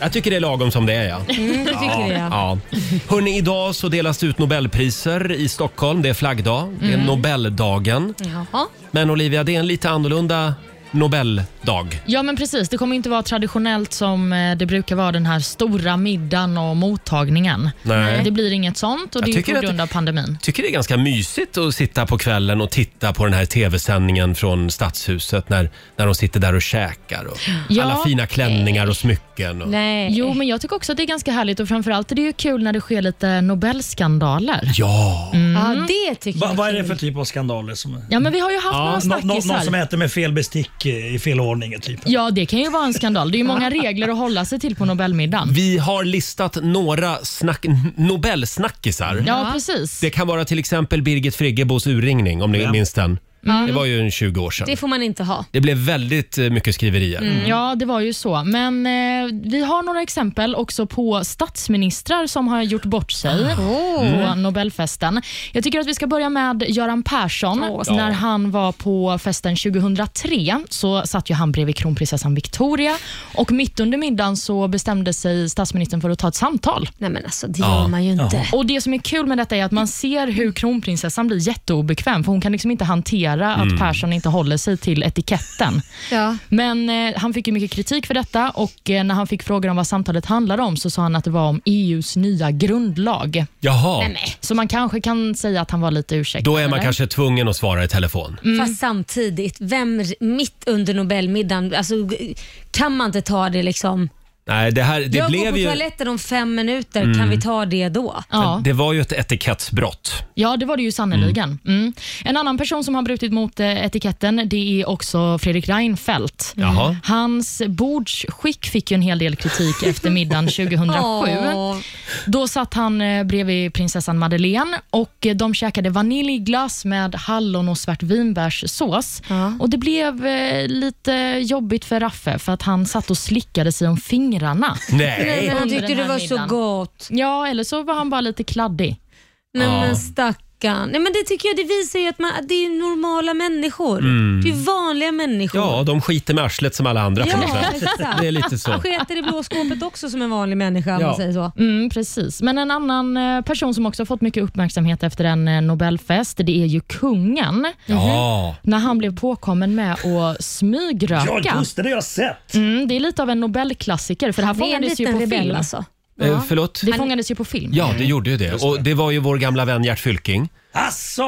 Jag tycker det är lagom som det är ja.
Mm, du tycker det, ja.
ja. Hörrni, idag så delas det ut Nobelpriser i Stockholm. Det är flaggdag. Det är Nobeldagen.
Jaha.
Men Olivia, det är en lite annorlunda Nobeldag.
[LAUGHS] Ja, men precis. Det kommer inte vara traditionellt som eh, det brukar vara, den här stora middagen och mottagningen.
Nej.
Det blir inget sånt och det är ju
tycker
på
att-
grund av pandemin.
tycker det är ganska mysigt att sitta på kvällen och titta på den här tv-sändningen från Stadshuset när, när de sitter där och käkar. Och
Ja.
Alla fina klänningar och smycken. Och...
Nej.
Jo, men jag tycker också att det är ganska härligt och framförallt är det ju kul när det sker lite Nobelskandaler.
Ja!
Mm. Ja, det tycker
Va,
jag.
vad är det för typ av skandaler? Som,
Ja, men vi har ju haft några
Nå, nå,
snackisar.
någon som äter med fel bestick eh, i fel underhållningen typ.
Ja, det kan ju vara en skandal. Det är ju många regler att hålla sig till på Nobelmiddagen.
Vi har listat några snack, Nobelsnackisar.
Ja, precis.
Det kan vara till exempel Birgit Friggebos urringning, om ni minns den.
Mm.
Det var ju en 20 år sedan.
Det får man inte ha.
Det blev väldigt eh, mycket skriverier.
Mm. Ja, det var ju så. Men eh, vi har några exempel också på statsministrar som har gjort bort sig på
Mm.
Nobelfesten. Jag tycker att vi ska börja med Göran Persson.
Åh.
När
Ja.
han var på festen 2003 så satt ju han bredvid kronprinsessan Victoria och mitt under middagen så bestämde sig statsministern för att ta ett samtal.
Nej men alltså, det gör man ju inte.
Och Det som är kul med detta är att man ser hur kronprinsessan blir jätteobekväm, för hon kan liksom inte hantera
Mm.
att Persson inte håller sig till etiketten.
Ja.
Men eh, han fick ju mycket kritik för detta och eh, när han fick frågor om vad samtalet handlade om så sa han att det var om EUs nya grundlag.
Jaha.
Nej, nej. Så man kanske kan säga att han var lite ursäktad.
Då är man
eller?
kanske tvungen att svara i telefon.
Fast samtidigt, vem r- mitt under Nobelmiddagen, alltså, g- kan man inte ta det liksom?
Nej, det här, det
jag går
blev
på
ju...
toaletten om fem minuter,
Mm.
kan vi ta det då?
Det var ju ett etikettsbrott.
Mm.
Ja, det var det ju sannerligen. Mm. En annan person som har brutit mot eh, etiketten det är också Fredrik Reinfeldt.
Jaha.
Hans bordsskick fick ju en hel del kritik efter middagen 2007.
Åh.
Då satt han eh, bredvid prinsessan Madeleine och eh, de käkade vaniljglass med hallon och svartvinbärssås. Och det blev eh, lite jobbigt för Raffe för att han satt och slickade sig om fingrarna.
Nej.
Nej, men han
Under
tyckte
den
det
här
var så
middagen.
gott.
Ja, eller så var han bara lite kladdig.
Nej
Ja.
men stackarn. Nej, men det tycker jag det visar ju att, man, att det är normala människor.
Mm.
Det är vanliga människor.
Ja, de skiter med arslet som alla andra på något
Ja,
sätt.
exakt.
Det är lite så.
[LAUGHS] Han sketer i blåskåpet också som en vanlig människa om
Ja.
man säger så.
Mm, precis. Men en annan eh, person som också har fått mycket uppmärksamhet efter en eh, Nobelfest, det är ju kungen.
Ja.
När han blev påkommen med att smygröka.
Ja, just
det, det har jag sett.
Mm, det är lite av en Nobelklassiker, för det här
Det är en
fångades ju
liten
på
rebell,
film.
alltså.
Eh, förlåt?
Det fångades ju på film.
Ja, det gjorde ju det. Och det var ju vår gamla vän Gert Fylking.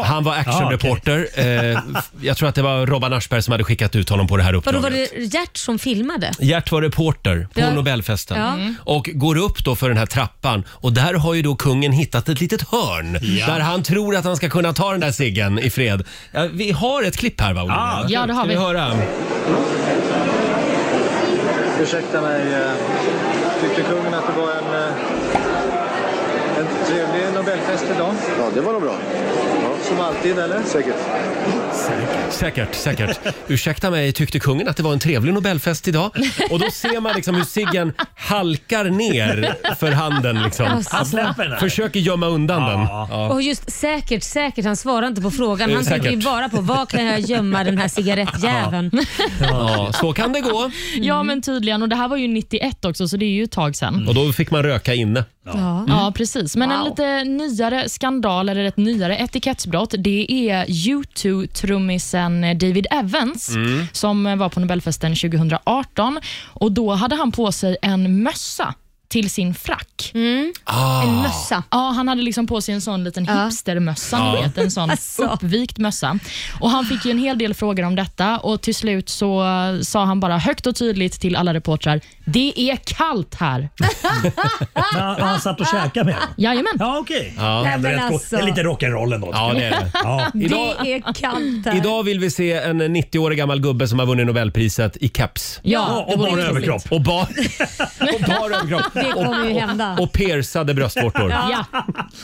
Han var actionreporter. Eh, f- Jag tror att det var Robban Aschberg som hade skickat ut honom på det här
Vadå, var
uppdraget.
det Gert som filmade?
Gert var reporter på
Ja.
Nobelfesten
Ja. Mm.
och går upp då för den här trappan och där har ju då kungen hittat ett litet hörn
Ja.
där han tror att han ska kunna ta den där ciggen i fred. Ja, vi har ett klipp här va, Olivia?
Ja, det har
ska vi.
vi.
höra?
Ursäkta mig. eh, Tyckte kungen att det var en, eh, en trevlig Nobelfest idag? Ja, det var nog bra. Som alltid, eller? Säkert.
Säkert, säkert. Ursäkta mig, tyckte kungen att det var en trevlig Nobelfest idag? Och då ser man liksom hur ciggen halkar ner för handen. Liksom.
Alltså. Han släpper den här.
Försöker gömma undan den. Ja.
Och just säkert, säkert, han svarar inte på frågan.
Eh,
Han tänker ju
säkert.
bara på var kan jag gömma den här cigarettjäveln.
Ja, så kan det gå.
Ja, men tydligen. Och Det här var ju 91 också, så det är ju ett tag sedan.
Och då fick man röka inne.
Ja. ja, precis. Men en lite nyare skandal, eller ett nyare etikettsbrott, det är U2-trummisen David Evans
Mm.
som var på Nobelfesten 2018. Och Då hade han på sig en mössa till sin frack.
Ah. En mössa.
Ja, han hade liksom på sig en sån liten
Ja.
hipstermössa,
Ja.
ni vet, en sån uppvikt mössa. Och Han fick ju en hel del frågor om detta och till slut så eh, sa han bara högt och tydligt till alla reportrar, det är kallt här.
Men han, han satt och käkade med honom.
Jajamän.
Ja, okej.
Ja.
Det är ändå
Nej, men
rätt
alltså.
go- det är lite rock'n'roll ändå.
Ja, det är det.
Ja.
Idag-
Det är kallt här.
Idag vill vi se en 90-årig gammal gubbe som har vunnit Nobelpriset i caps.
Ja,
och bara överkropp.
Och
[LAUGHS]
bar, och bar överkropp.
Det kommer ju
Och- och-
hända.
Och piercade bröstvårtor.
Ja.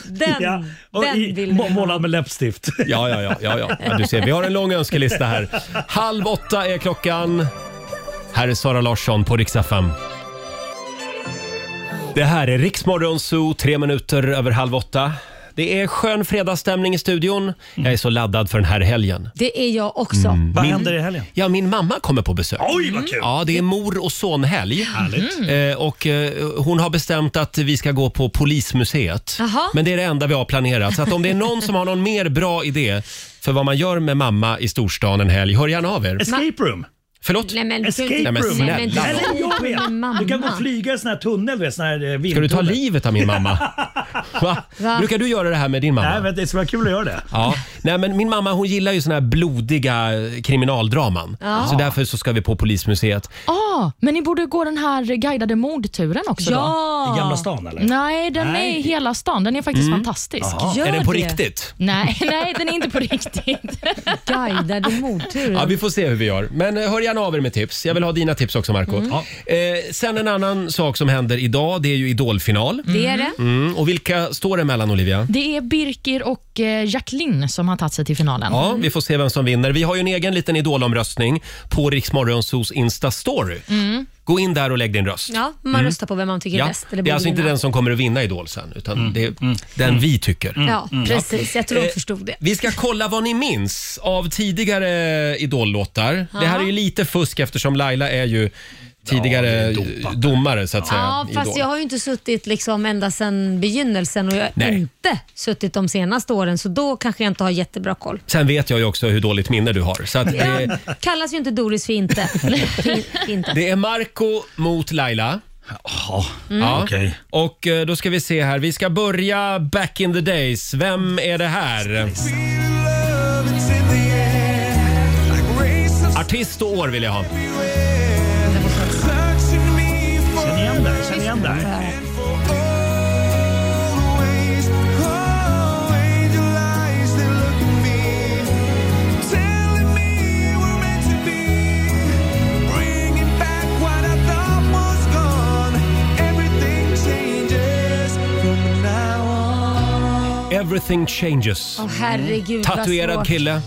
Den,
Ja, och
den
i-
vill vi
må- Målad med läppstift.
Ja, ja, ja, ja, ja. ja. Du ser, vi har en lång önskelista här. Halv åtta är klockan. Här är Sara Larsson på Rix FM. Det här är Riksmorgon Zoo, tre minuter över halv åtta. Det är skön fredagsstämning i studion. Jag är så laddad för den här helgen.
Det är jag också.
Mm.
Min- Ja, min mamma kommer på besök. Oj, vad
Mm.
kul! Ja, det är mor och sonhelg. Eh, och, eh, hon har bestämt att vi ska gå på Polismuseet.
Jaha.
Men det är det enda vi har planerat. Så att om det är någon som har någon mer bra idé för vad man gör med mamma i storstan en helg, hör gärna av er.
Escape room.
Förlåt?
Nej, men,
Escape
Nej, men
room.
snälla.
Eller jag
mamma.
vet. Du kan gå och flyga i en sån här tunnel. Du vet, sån här eh,
Ska du
vindtunnel.
ta livet av min mamma? Va?
Va?
Brukar du göra det här med din mamma?
Nej, men det skulle vara kul att göra det.
Ja. Nej, men min mamma hon gillar ju såna här blodiga eh, kriminaldraman.
Ja.
Så därför så ska vi på polismuseet.
Ah, men ni borde gå den här guidade mordturen också
Ja!
då.
I Gamla stan, eller?
Nej, den
Nej.
är i hela stan. Den är faktiskt
Mm.
fantastisk.
Jaha. Gör Är den på det. riktigt?
[LAUGHS] Nej, nej, den är inte på riktigt.
Guidade mordtur. Mm.
Ja, vi får se hur vi gör. Men eh, hör gärna gärna av er med tips. Jag vill ha dina tips också, Marco.
Mm.
Eh, sen en annan sak som händer idag, det är ju Idolfinal.
Det är det.
Mm. Och vilka står det mellan, Olivia?
Det är Birkir och eh, Jacqueline som har tagit sig till finalen.
Ja, vi får se vem som vinner. Vi har ju en egen liten idolomröstning på Riksmorgonsos Insta-story.
Mm.
Gå in där och lägg din röst.
Ja, man
Mm.
röstar på vem man tycker är
Ja,
bäst.
det
Eller
är
borde
alltså inte
vinna.
den som kommer att vinna Idol sen, utan
Mm.
det är den vi tycker.
Ja, precis. Jag tror de
Mm. Eh,
förstod det.
Vi ska kolla vad ni minns av tidigare Idol-låtar.
Ja.
Det här är ju lite fusk eftersom Laila är ju tidigare domare så att säga.
Ja,
i
fast
Idol.
jag har ju inte suttit liksom ända sedan begynnelsen och jag har
Nej.
inte suttit de senaste åren så då kanske jag inte har jättebra koll.
Sen vet jag ju också hur dåligt minne du har. Så att det,
Jag kallas ju inte Doris
[LAUGHS]
för inte. För inte.
det är Marco mot Laila.
Mm.
Ja.
Okej.
Och eh, då ska vi se här. Vi ska börja back in the days. Vem är det här? Artist och år vill jag ha.
Känn igen där, känn igen där.
Everything changes.
Åh, herregud, vad
Tatuerad
svårt.
kille.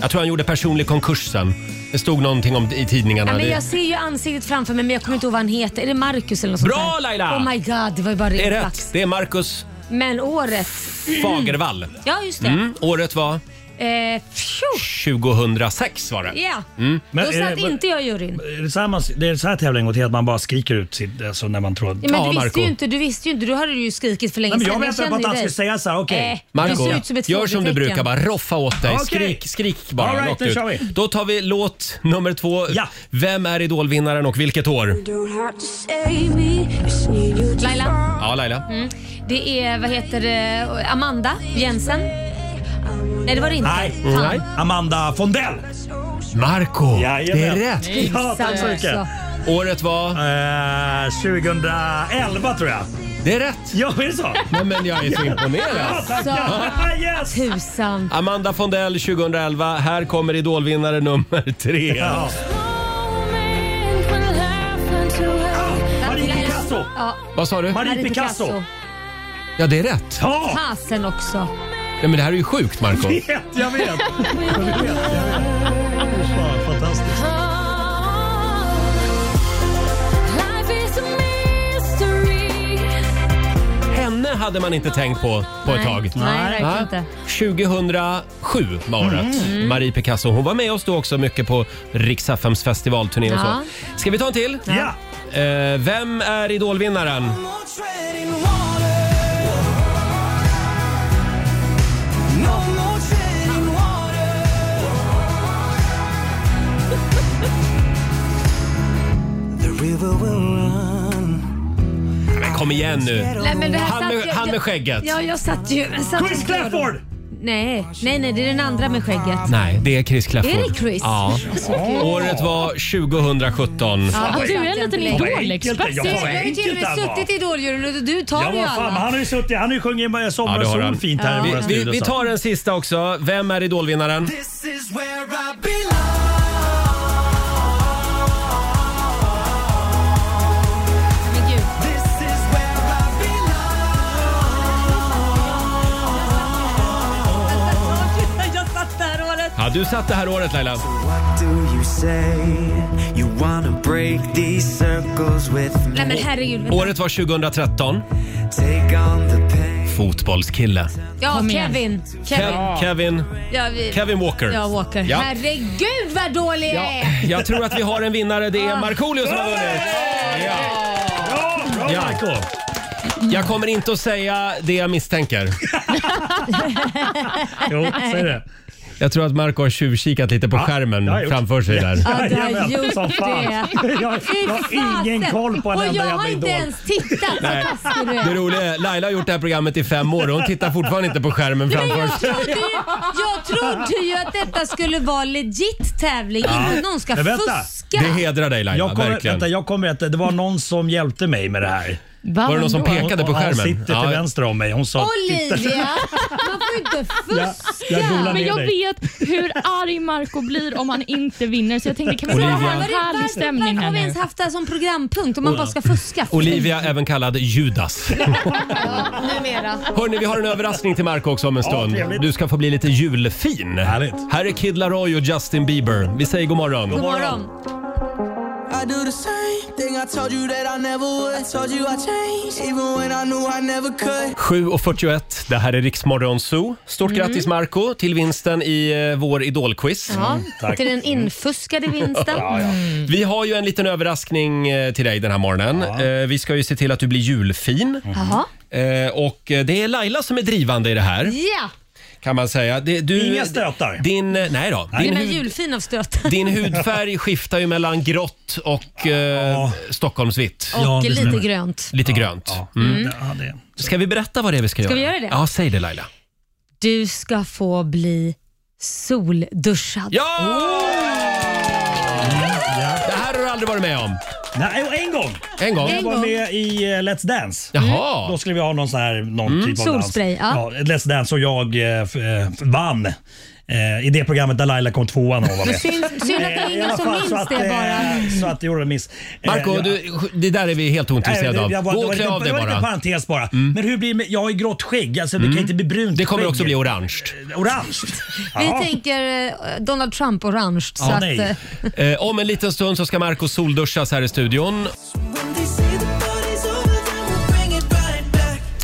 Jag tror han gjorde personlig konkurs sen. Det stod någonting om det i tidningarna.
Ja, men
Det-
jag ser ju ansiktet framför mig men jag kommer inte ihåg vad han heter. Är det Marcus eller något
Bra,
sånt där?
Laila!
Oh my god, det var ju bara
det är
ren
rätt.
flax.
Det är Marcus
Men året.
Fagervall.
Ja, just det.
Mm. Året var
Eh, pju.
2006 var det.
Ja.
Mm.
Då satt inte jag i juryn.
Är det, så här man, det är så här tävling går till, att man bara skriker ut sitt, alltså när man tror att...
Ja, men du visste ju inte, du visste ju inte. Du hade ju skrikit för länge
Nej, men jag
sedan.
väntade på
känner
att
ju
han
dig.
skulle säga så här, okej.
Eh, du
Marco,
ser ut som ett
gör som du brukar.
frågetecken.
Bara roffa åt dig.
Okej.
Skrik, skrik bara.
All right,
rakt
nu
ut.
kör vi.
Då tar vi låt nummer två. Vem är idolvinnaren och vilket år?
Laila,
Ja, Laila.
mm. det är vad heter det? Amanda Jensen. Nej, det var det inte.
Nej.
Fan.
Nej. Amanda Fondell.
Marco,
Jajamän.
det är
Mm.
rätt.
Ja, tack så mycket.
Alltså.
Året var?
2011 Eh, tror jag.
Det är rätt.
Ja, är det så? Ah,
Nej, men jag är så imponerad.
Alltså, Tusan.
Amanda Fondell 2011. Här kommer idolvinnare nummer tre.
Ja. Marie Picasso.
Ja.
Vad sa du?
Marie Picasso.
Ja, det är rätt.
Fasen också.
Ja, men det här är ju sjukt, Marco.
Vet,
[LAUGHS]
jag vet. Jag vet, jag vet. Fan, Fantastiskt.
Henne hade man inte tänkt på på ett
Nej,
tag.
nej, verkligen
Va?
inte.
2007 var året.
Mm.
Marie Picasso. Hon var med oss då också mycket på Rix FMs festivalturné och
Ja.
så. Ska vi ta en till?
Ja.
Eh, vem är idolvinnaren? Men kom igen nu.
Nej, men det här
Han
satt
med,
jag-
han med
jag-
skägget.
Ja, jag satt ju... jag Satt
Chris
inte jag då.
Clafford!
Nej, nej, nej, det är den andra med skägget.
Nej, det är Chris Clafford.
Är det Chris?
Ja.
Alltså, gud.
Året var 2017.
Ja,
du är en liten
Vad enkelt
idolexpert.
det-
Du
ja, vad
har ju till och
enkelt
med
han var.
suttit i Idoljuryn och du tar
Ja,
ju
vad
alla.
fan, men han har ju suttit, han har ju sjungit Sommar och sol fint här i våra
vi, vi,
studios.
vi tar en sista också. Vem är idolvinnaren?
Men gud. Jag satt där året.
Ja, du satt det här året Laila.
Nej men herregud. vänta.
Året var 2013. Fotbollskille.
Ja,
Kom igen.
Kevin. Kevin.
Kev, Kevin.
Ja, vi-
Kevin Walker.
Ja, Walker.
Ja.
Herregud vad dålig jag
Ja,
är!
jag tror att vi har en vinnare. Det
Ah.
är Markoolio som har vunnit.
Bra,
Ja.
Marco.
Jag kommer inte att säga det jag misstänker.
Jo, säg det.
Jag tror att Marco har tjuvkikat lite på
jag har
skärmen
gjort.
framför sig där.
Ja, du har
Jajamän,
gjort
som fan.
det.
[LAUGHS] Jag- jag har
Fy
ingen
fasen.
koll på en
Och
enda
jag
jävla
har inte
idol.
ens tittat.
Nej.
Så taskig du
Det
är.
roliga är, Laila har gjort det här programmet i fem år och hon tittar fortfarande inte på skärmen
Nej, men
framför
jag,
sig.
trodde ju, jag trodde ju att detta skulle vara legit tävling, inte att någon ska
Men vänta.
fuska.
Det hedrar dig Laila,
Jag kommer,
verkligen.
vänta, jag kommer inte. Det var någon som hjälpte mig med det här.
Var det någon som pekade på
Hon-
skärmen?
Hon sitter till
Ja.
vänster om mig. Hon sa
[LAUGHS]
Olivia! Man får inte fuska!
jag golar
Men
ner
jag
dig.
vet hur arg Marco blir om han inte vinner, så jag tänkte kan vi bara
Olivia.
ha en
Varför-
härlig stämning här
Har vi
nu?
ens haft det här som programpunkt om man bara ska fuska?
Olivia, även kallad Judas.
Numera.
Hörni, vi har en överraskning till Marco också om en stund. Du ska få bli lite julfin. Härligt. Här är Kid Laroi och Justin Bieber. Vi säger god morgon.
God morgon.
I do the same thing I told you that I never would. I told you I changed, even when I knew I never could.
7.41, det här är Riksmorgon Zoo. Stort
Mm.
grattis Marco till vinsten i eh, vår Idol-quiz.
Ja,
Mm,
Mm. till den infuskade vinsten.
Vi har ju en liten överraskning eh, till dig den här morgonen. Eh, Vi ska ju se till att du blir
Mm.
julfin.
Jaha.
Eh, Och eh, det är Laila som är drivande i det här.
Ja!
Kan man säga. Det, du,
Inga
stötar. Din, eh, nej då.
Den
Din,
är
hud,
julfin av stöten.
din hudfärg skiftar ju mellan grått och eh, Stockholmsvitt.
Och lite grönt.
Lite grönt. Mm. Ska vi berätta vad det är vi ska,
Ska
göra?
vi göra det?
Ja, säg det Laila.
Du ska få bli solduschad.
Ja!
Oh!
Det här har du aldrig varit med om.
Nej, en gång.
En gång.
Jag
En
var
gång.
med i eh, Let's Dance.
Jaha.
Då skulle vi ha någon, sån här, någon
Mm.
typ av dans.
Solspray, ja.
Let's Dance och jag eh, f- eh, vann. eh, I det programmet där Laila kom tvåa när hon var
Det
med.
syns- synd att det är
Eh, i
ingen
alla
som
fall,
minns
så att,
det
eh,
bara.
Så att jag gjorde en miss. Eh,
Marco,
jag-
du, det där är vi helt ointresserade
Nej,
av.
jag var-
Gå
det
och
var
klä
lite-
av dig
Det var lite
bara. Mm.
parentes bara. Men hur blir det med, jag har ju grått skägg, alltså det kan inte bli brunt
Det kommer
skägg.
också bli orange. [LAUGHS]
Orange?
Vi
Jaha.
tänker eh, Donald Trump orange. så att, eh,
Eh, om en liten stund så ska Marco solduschas här i studion.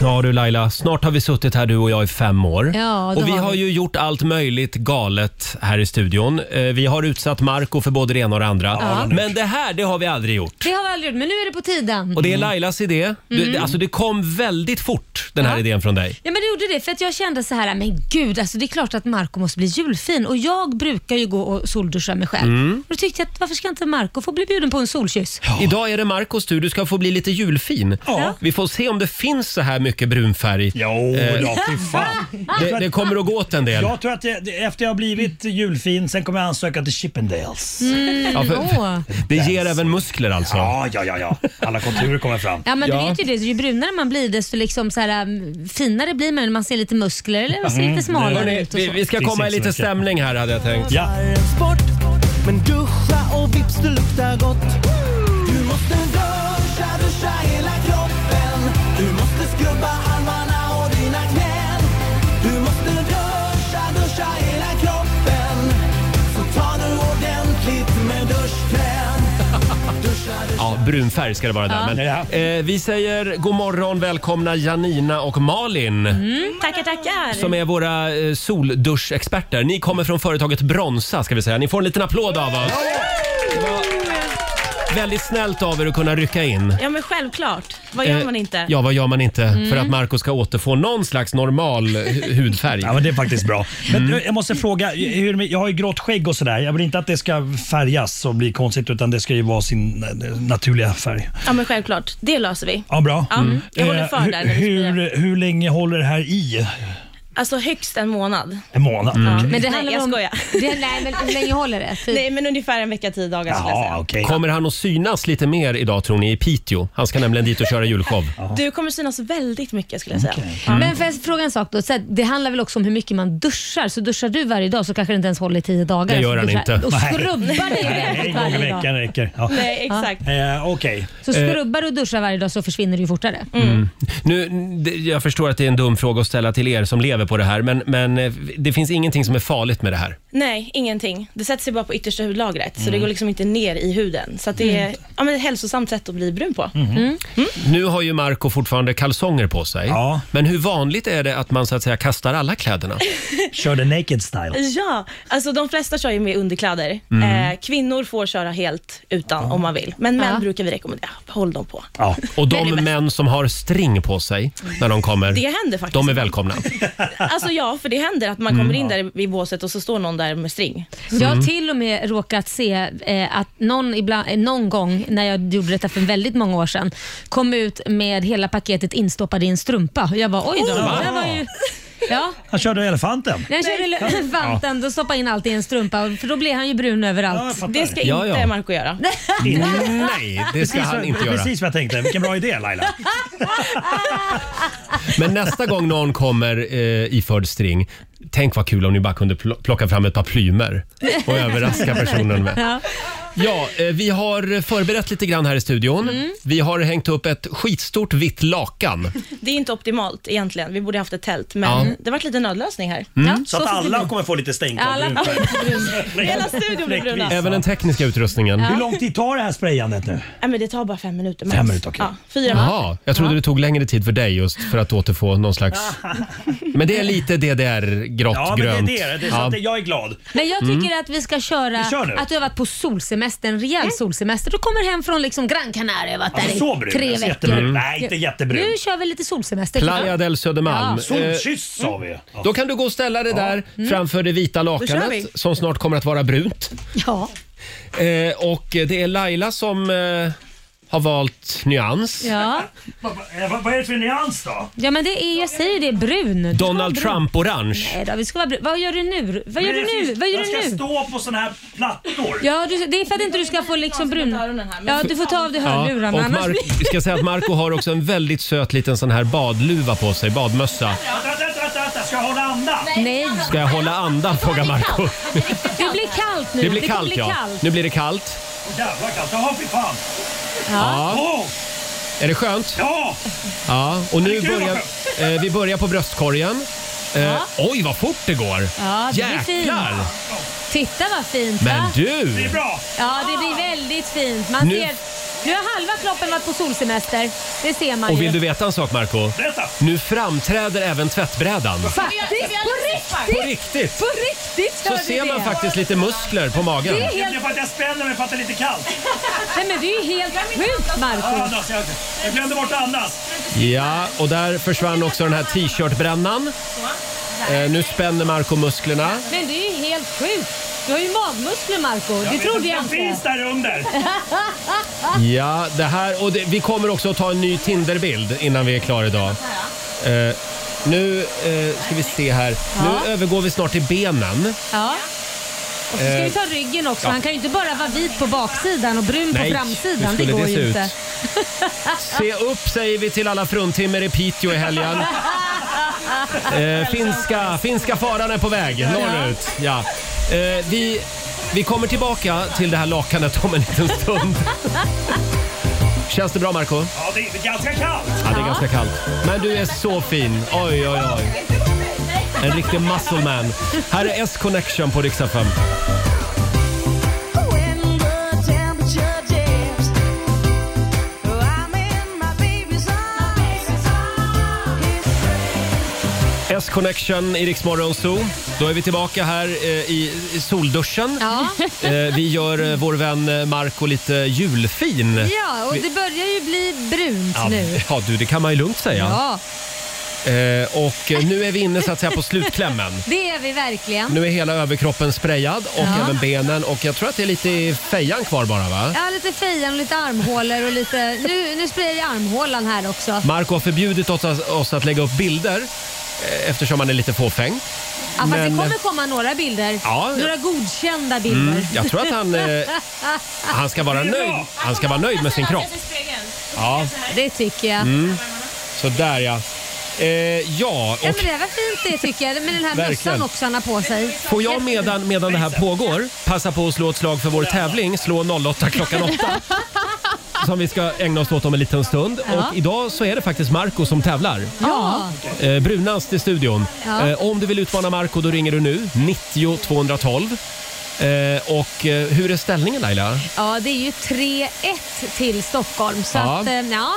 Ja du Laila, snart har vi suttit här du och jag i fem år.
Ja, det
och vi
har vi.
har ju gjort allt möjligt galet här i studion. Eh, Vi har utsatt Marco för både det ena och det andra.
Ja. Ja.
Men det här, det har vi aldrig gjort.
det har vi aldrig gjort, men nu är det på tiden.
Och det är Lailas idé. Du,
Mm.
Alltså det kom väldigt fort den här
Ja.
idén från dig.
Ja men det gjorde det för att jag kände så här, men gud alltså det är klart att Marco måste bli julfin och jag brukar ju gå och solduscha mig själv.
Mm.
Och då tyckte jag att varför ska inte Marco få bli bjuden på en solkyss?
Idag är det Marcos tur. Du ska få bli lite julfin.
Ja.
Vi får se om det finns så här mycket brunfärg. Jo,
ja, fy fan.
Eh. Det, det kommer att gå åt en del.
Jag tror att jag, efter jag har blivit julfin, sen kommer jag ansöka till Chippendales.
Mm,
Ja, för-
åh.
Det ger även muskler alltså?
Ja, ja, ja. ja. Alla konturer
[LAUGHS]
kommer fram.
Ja men du vet ju det, ju brunare man blir desto liksom så här, um, finare blir man. Man ser lite muskler eller man ser lite smalare
Hörrni,
ut och
vi,
så.
vi ska komma i lite stämning här hade jag tänkt.
Men duscha och vips det luktar gott. Du måste duscha, duscha hela kroppen. Du måste skrubba armarna och dina knän. Du måste
Eh,
duscha, duscha hela kroppen. Så ta nu ordentligt med duschkräm. Duscha,
Ja, brunfärg ska det vara
Ja.
där. Men, eh, vi säger god morgon, välkomna Janina och Malin.
Mm, tackar, tackar.
Som är våra eh, solduschexperter. Ni kommer från företaget Bronsa ska vi säga. Ni får en liten applåd av oss. Väldigt snällt av er att kunna rycka in.
Ja, men självklart. Vad gör
Eh,
man inte?
Ja, vad gör man inte
Mm.
för att Marco ska återfå någon slags normal hu- hudfärg? Ja,
men det är faktiskt bra.
Mm.
Men du, jag måste fråga, hur, jag har ju grått skägg och sådär. Jag vill inte att det ska färgas och bli konstigt utan det ska ju vara sin eh, naturliga färg.
Ja, men självklart. Det löser vi.
Ja, bra.
Ja, Jag håller för
Eh,
där.
Hur, hur, hur länge håller det här i?
Alltså högst en månad.
En månad? Okej.
Men det
nej,
handlar
jag
om-
skojar.
[LAUGHS] Det- nej, men hur länge håller det? typ.
Nej, men ungefär en vecka, tio dagar skulle jag säga.
Kommer han att synas lite mer idag tror ni i Piteå? Han ska nämligen dit och köra julshow.
Du kommer synas väldigt mycket skulle jag säga.
Mm.
Men får jag fråga en sak då? Så här, det handlar väl också om hur mycket man duschar? Så duschar du varje dag så kanske det inte ens håller i tio dagar.
Det gör han
Duschar-
inte.
Och
Nej.
skrubbar dig ordentligt
En gång i
varje dag.
veckan räcker. Ja.
Nej, exakt.
Eh, Okej.
Så skrubbar du och duschar varje dag så försvinner det ju fortare.
Mm. Nu, det- jag förstår att det är en dum fråga att ställa till er som lever på det här, men, men eh, det finns ingenting som är farligt med det här.
Nej, ingenting. Det sätter sig bara på yttersta hudlagret, så
Mm.
det går liksom inte ner i huden. Så att det
Mm.
är ja, men ett hälsosamt sätt att bli brun på.
Nu har ju Marco fortfarande kalsonger på sig, men hur vanligt är det att man så att säga kastar alla kläderna?
Kör the naked style.
Ja, alltså de flesta kör ju med underkläder.
Mm.
Eh, kvinnor får köra helt utan om man vill, men män brukar vi rekommendera. Håll dem på.
Och
Det är det
de
bästa.
män som har string på sig när de kommer,
Det händer faktiskt.
de är välkomna.
Alltså ja, för det händer att man
Mm.
kommer in där i båset och så står någon där med string.
Mm.
Jag har till och med råkat se eh, att någon, ibland, eh, någon gång när jag gjorde detta för väldigt många år sedan kom ut med hela paketet instoppad i en strumpa. Och Jag var oj då,
Oh!
det där var ju Ja.
Han körde elefanten.
När han körde
[LAUGHS]
elefanten då stoppade in allt i en strumpa för då blev han ju brun överallt.
Det ska Ja, inte ja.
Marco göra.
Nej, det ska
Precis
han
vad-
inte göra.
Precis vad jag tänkte. Vilken bra idé Laila.
Men nästa gång någon kommer eh, iförd string, tänk vad kul om ni bara kunde pl- plocka fram ett par plymer och
[LAUGHS]
överraska personen med.
Ja.
Ja, eh, vi har förberett lite grann här i studion.
Mm.
Vi har hängt upp ett skitstort vitt lakan.
Det är inte optimalt egentligen. Vi borde haft ett tält, men
Ja.
det vart lite nödlösning här.
Mm. Ja, så
Så att
får det
alla
bli.
kommer få lite stänk av
Alla
brun färg.
Hela studion blir bruna.
Även den tekniska utrustningen.
Hur lång tid tar det här sprayandet nu?
Nej, men det tar bara fem minuter
Fem minuter, okej.
Ja, fyra
Jaha, jag trodde det tog längre tid för dig just för att återfå någon slags...
[LAUGHS]
Men det är lite DDR-grått,
Ja, men det är
grönt.
det. det är så
Ja.
att jag är glad.
Men jag tycker
Mm.
att vi ska köra
Vi kör nu.
att du har varit på solsemester, en rejäl solsemester. Du kommer hem från liksom Gran Canaria och varit där
Alltså, så brun.
i tre
Alltså,
veckor. Mm.
jättebrun. Nej, inte jättebrun.
Nu kör vi lite solsemester.
Playa del Södermalm.
Ja. Solkyss, sa vi.
Eh, Då kan du gå och ställa det där
Mm.
framför det vita
Då kör vi.
lakanet som snart kommer att vara brunt.
Ja.
Eh, och det är Laila som eh, har valt nyans.
Ja.
Vad eh, vad- vad är det för nyans då?
ja, men det är, jag säger ju det, brun. Du ska vara
Donald
brun.
Trump-orange.
Nej då, vi ska vara brun. Vad gör du nu? Vad gör
Men
du
det
nu?
finns-
Vad gör
jag
du
ska
nu?
stå på sådana här plattor.
Ja, du, det är för att inte du ska få liksom brun... Ja, du får ta av dig hörlurarna
och
annars [LAUGHS]
Mark, [LAUGHS]
blir
vi ska säga att Marco har också en väldigt söt liten sån här badluva på sig, badmössa.
Vänta, vänta, vänta, vänta. Ska jag hålla andan?
Nej.
Ska jag hålla andan frågar Marco.
Det blir kallt nu.
Det blir
kommer
kallt
bli
ja.
kallt.
Nu blir det kallt.
Åh, Jävlar kallt. Jaha, fy fan.
Ja.
Åh,
Är det skönt?
Ja!
Ja, och nu
Gud, vad
börjar eh, vi börjar på bröstkorgen. Eh, Oj, vad fort det går!
Ja, det blir fint.
Jäklar!
Titta vad fint
Men
va?
du! Det är bra.
Ja, det blir väldigt fint. Man
Nu-
nu... ser... Nu har halva kroppen varit på solsemester. Det ser man
Och
ju.
vill du veta en sak Marco?
Berätta.
Nu framträder även tvättbrädan.
Faktiskt! På
På
riktigt!
riktigt!
På riktigt
Så
hör du
ser
det.
man faktiskt lite muskler på magen.
Det är
Det är
helt...
för att jag spänner mig för att det är lite kallt.
Nej men det är ju helt sjukt
Ja,
Marco
andas, jag, jag glömde bort att andas.
Ja, och där försvann också den här t-shirtbrännan. Eh, nu spänner Marco musklerna.
Men det är ju helt sjukt. Du har ju magmuskler Marco
Jag
Det
vet
trodde
inte,
jag
de
inte.
finns där under.
Ja, det här och det, vi kommer också att ta en ny Tinderbild innan vi är klara idag. Eh, nu eh, ska vi se här.
Ja.
Nu övergår vi snart till benen.
Ja. Och så ska
Eh,
vi ta ryggen också.
ja.
Han kan ju inte bara vara vit på baksidan och brun
Nej,
på framsidan.
hur
Det
skulle
går
det se
ju
ut?
inte. [LAUGHS]
Se upp säger vi till alla fruntimmer i Piteå i helgen.
[LAUGHS]
Eh, finska, finska faran är på väg norrut. Ja. Eh, vi, vi kommer tillbaka till det här lakanet om en liten
[LAUGHS]
stund. Känns det bra Marco?
Ja, det är ganska kallt.
Ja, det är ganska kallt. Men du är så fin. Oj, oj, oj. En riktig muscle man. Här är S-Connection på Rix FM. S-Connection i Rix Morgon Zoo. Då är vi tillbaka här eh, i i solduschen. Eh, Vi gör eh, vår vän eh, Marco lite julfin.
Ja, och
Vi-
det börjar ju bli brunt
Ja,
nu.
ja, du, det kan man ju lugnt säga.
Ja,
Eh, och eh, nu är vi inne så att säga på slutklämmen.
det är vi verkligen.
Nu är hela överkroppen sprayad och
Ja.
även benen och jag tror att det är lite i fejan kvar bara va?
Ja, lite fejan och lite armhålor och lite... Nu, nu sprayar jag armhålan här också.
Marco har förbjudit oss, oss att lägga upp bilder eh, eftersom han är lite fåfäng.
Ja, fast det
Men-
kommer komma några bilder.
Ja.
Några godkända bilder.
Mm, jag tror att han, eh, Han ska vara nöjd, han ska vara nöjd med sin kropp. Ja.
Det tycker jag.
Mm. Så där ja. Eh, ja,
Ja,
och
men det var fint det tycker jag. Med den här
Verkligen.
mössan också han har på sig.
får jag medan, medan det här pågår passa på att slå ett slag för vår tävling, slå 08 klockan
[LAUGHS]
8. som vi ska ägna oss åt om en liten stund.
Ja.
Och idag så är det faktiskt Marco som tävlar.
Ja.
Eh, brunast i studion.
Ja.
Eh, om du vill utmana Marco då ringer du nu, 90 212. Eh, och eh, hur är ställningen Laila?
Ja, det är ju 3-1 till Stockholm. Så
Ja.
att, eh, ja,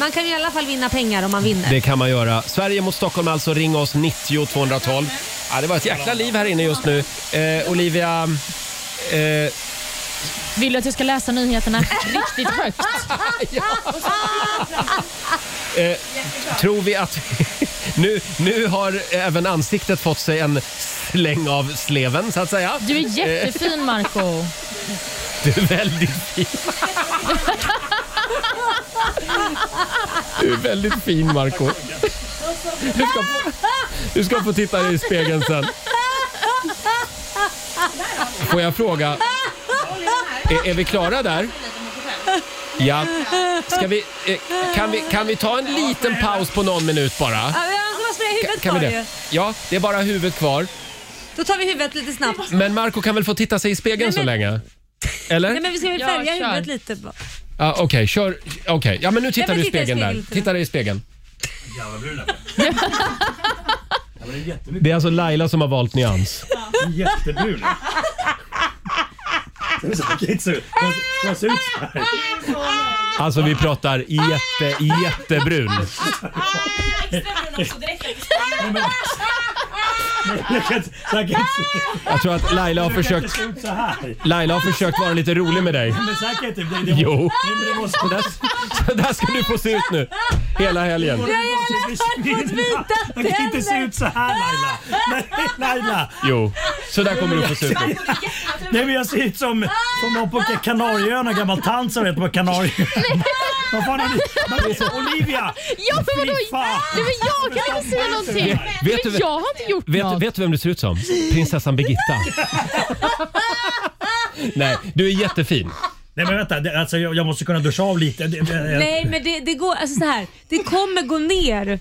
man kan ju i alla fall vinna pengar om man vinner.
Det kan man göra. Sverige mot Stockholm alltså, ring oss 90 212. Ja, det var ett jäkla liv här inne just nu. Eh, Olivia... Eh,
Vill du att jag ska läsa nyheterna riktigt högt?
eh, tror vi att... [LAUGHS] nu, nu har även ansiktet fått sig en släng av sleven så att säga.
Du är jättefin Marco
Eh, du är väldigt fin. Du är väldigt fin Marco. Du ska, få, Du ska få titta dig i spegeln sen. Får jag fråga, är, är vi klara där? Ja. Ska vi, eh, kan, vi, kan vi ta en liten paus på någon minut bara?
Ja, vi har han som har sprayat huvudet
Kan vi
kvar
det?
ju.
Ja, det är bara huvudet kvar.
Då tar vi huvudet lite snabbt.
Men Marco kan väl få titta sig i spegeln så
[LAUGHS]
länge? Eller?
Nej men vi ska väl
Ja,
färga
kör.
huvudet lite. bara.
Ja, Okej, kör. Okej. Ja, men nu tittar
Nej, men
du i
titta i
spegeln där.
spegeln.
Titta dig i spegeln.
Jävla bruna.
Det är alltså Laila som har valt nyans.
Jättebrun. Den ser inte så ut. Den ser- Den ser ut så här.
Alltså vi pratar jätte, jättebrun.
Nej, jag kan inte- jag kan inte-
Jag tror att Laila har
Du kan inte
försökt-
se ut så här.
Laila har försökt vara lite rolig med dig.
Nej, Men säkert inte. Det- det-
Jo.
Nej, men det måste...
Så där, så där ska du få se ut nu. Hela helgen.
Det måste försvinna. Jag kan inte se ut så här Laila. Nej, Laila.
Jo, så där kommer du få se ut nu.
Nej men jag ser ut som, som någon på Kanarieöarna, gammal tant som heter
[LAUGHS]
på Kanarieöarna. Vad fan har ni? Men, Olivia!
Ja, men vadå?
Fy fan.
Nej, men jag kan inte säga någonting.
Vet- vet du-
jag har inte gjort
Vet, vet du vem du ser ut som? Prinsessan Birgitta. Nej, du är jättefin.
Nej men vänta, det, alltså, jag, jag måste kunna duscha av lite. Det- det-
Nej men det, det går, alltså så här. Det kommer gå ner.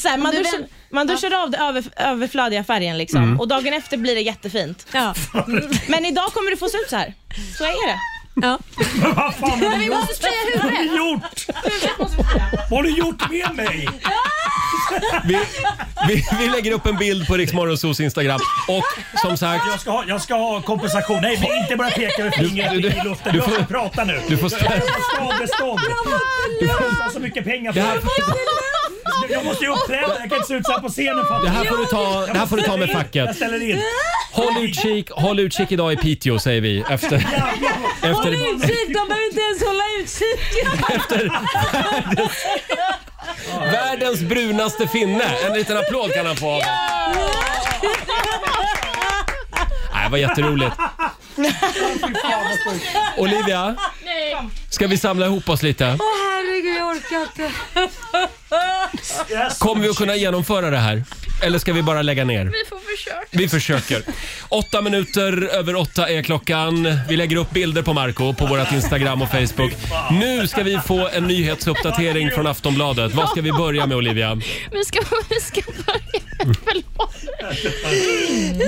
Så här, man,
Om du
duschar,
väl-
man duschar av den över, överflödiga färgen liksom,
Mm.
och dagen efter blir det jättefint.
[LAUGHS]
Men idag kommer du få se ut så här. Så är det.
Ja.
[LAUGHS] Vad fan har
Men
du
vi
gjort?
måste spraya
Vad har
huvudet.
du gjort? Vad har du gjort med mig?
Vi, vi, vi lägger upp en bild på Riksmorgonsos Instagram. Och som sagt...
Jag ska ha, jag ska ha kompensation. Nej, men inte bara peka med
Du-
fingret
du- du-
i luften.
du
jag
får-
ska prata nu.
du får
jag
stä-
jag ska ha bestånd. Jag har så mycket pengar för
Det här-
Jag- Jag måste ju uppträda. Jag kan inte se ut så här på scenen. Fan.
Det här får du ta- det här får du ta med facket.
Jag ställer in.
Håll utkik, håll utkik idag i Piteå säger vi efter,
Håll
efter,
utkik, de behöver inte ens hålla utkik.
Världens brunaste finne. En liten applåd kan han få av oss. Nej, Det var jätteroligt. Olivia,
Nej.
ska vi samla ihop oss lite?
Åh herregud, jag orkar inte.
Kommer vi att kunna genomföra det här? Eller ska vi bara lägga ner?
Vi får försöka.
Vi försöker. Åtta minuter över åtta är klockan. Vi lägger upp bilder på Marco på vårt Instagram och Facebook. Nu ska vi få en nyhetsuppdatering från Aftonbladet. Vad ska vi börja med Olivia?
Vi ska, [LAUGHS] vi ska börja... Förlåt.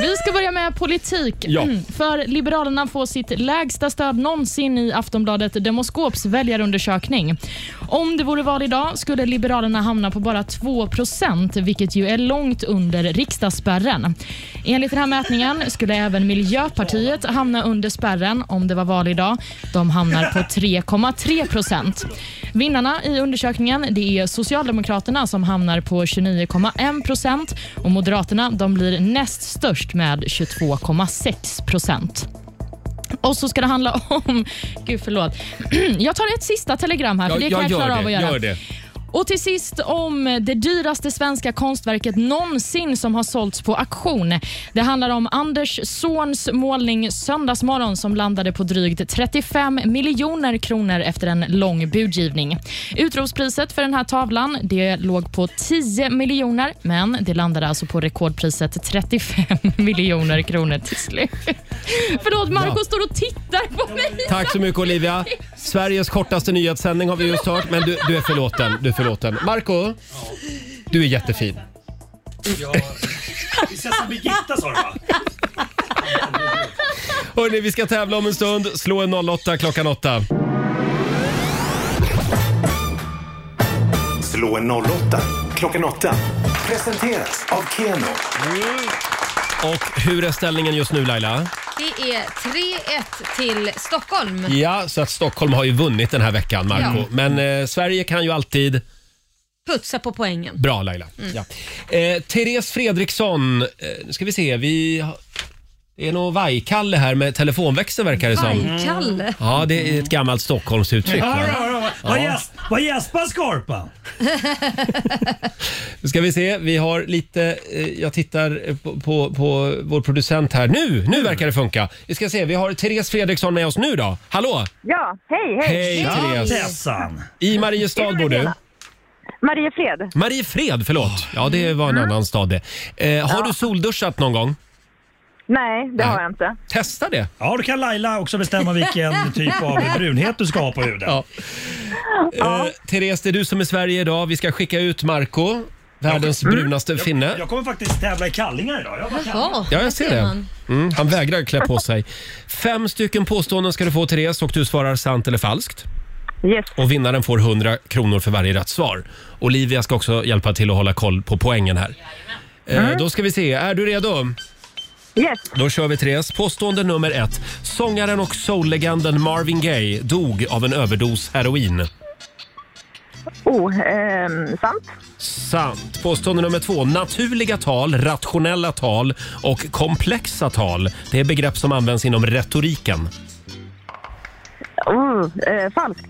Vi ska börja med politik.
Ja.
Mm. För Liberalerna får sitt lägsta stöd någonsin i Aftonbladet Demoskops väljarundersökning. Om det vore val idag skulle Liberalerna hamna på bara 2 vilket ju är långt under riksdagsspärren. Enligt den här mätningen skulle även Miljöpartiet hamna under spärren om det var val idag. De hamnar
[LAUGHS]
på 3,3 procent. Vinnarna i undersökningen det är Socialdemokraterna som hamnar på 29,1 procent och Moderaterna de blir näst störst med 22,6 procent. Och så ska det handla om... [LAUGHS] Gud, förlåt. [CLEARS THROAT] Jag tar ett sista telegram här, för det kan jag, klara av att göra.
Gör det.
Och till sist om det dyraste svenska konstverket någonsin som har sålts på auktion. Det handlar om Anders Zorns målning Söndagsmorgon som landade på drygt 35 miljoner kronor efter en lång budgivning. Utropspriset för den här tavlan det låg på 10 miljoner men det landade alltså på rekordpriset 35 miljoner kronor till slut. Förlåt, Marco
Ja.
står och tittar på mig.
Tack så mycket Olivia. Sveriges kortaste nyhetssändning har vi just hört, men du, du är förlåten. Du är förlåten. Marco, du är jättefin.
Prinsessan Birgitta sa du va?
Hörni, vi ska tävla om en stund. Slå en 08 klockan 8.
Slå en 08 klockan 8. Presenteras av Keno.
Och hur är ställningen just nu Laila?
Det är 3-1 till Stockholm.
Ja, så att Stockholm har ju vunnit den här veckan, Marco.
Ja.
Men eh, Sverige kan ju alltid...
Putsa på poängen.
Bra Laila. Ja. Eh, Therese Fredriksson, eh, nu ska vi se. Vi har... Det är nog Vajkalle här med telefonväxeln verkar det som.
Vajkalle?
Ja, det är ett gammalt Stockholmsuttryck. va?
Ja, ja, ja. Vad gäsp- Vad gäspar Skorpan?
Nu ska vi se, vi har lite, eh, jag tittar eh, på, på, på vår producent här. Nu, nu verkar det funka. Vi ska se, vi har Therese Fredriksson med oss nu då. Hallå!
Ja, hej, hej.
Hej Therese! I Mariestad bor du?
Mariefred.
Mariefred, förlåt. Ja, det var en annan stad det. Eh, har du solduschat någon gång?
Nej, det
Nej.
har jag inte.
Testa det.
Ja, då kan Laila också
[LAUGHS]
bestämma vilken typ av brunhet du ska ha på huden.
Ja. Eh, Therese, det är du som är Sverige idag. Vi ska skicka ut Marco, världens brunaste finne.
Jag kommer faktiskt tävla i kallingar idag. Jag var
Jaha,
Ja, jag ser det. Mm, han vägrar klä på sig. Fem stycken påståenden ska du få, Therese, och du svarar sant eller falskt.
Yes.
Och vinnaren får 100 kronor för varje rätt svar. Olivia ska också hjälpa till att hålla koll på poängen här. Eh, då ska vi se, är du redo?
Yes.
Då kör vi Therese. Påstående nummer ett. Sångaren och soullegenden Marvin Gaye dog av en överdos heroin.
Oh, ehm, sant.
Sant. Påstående nummer två. Naturliga tal, rationella tal och komplexa tal. Det är begrepp som används inom retoriken.
Oh, eh, falskt.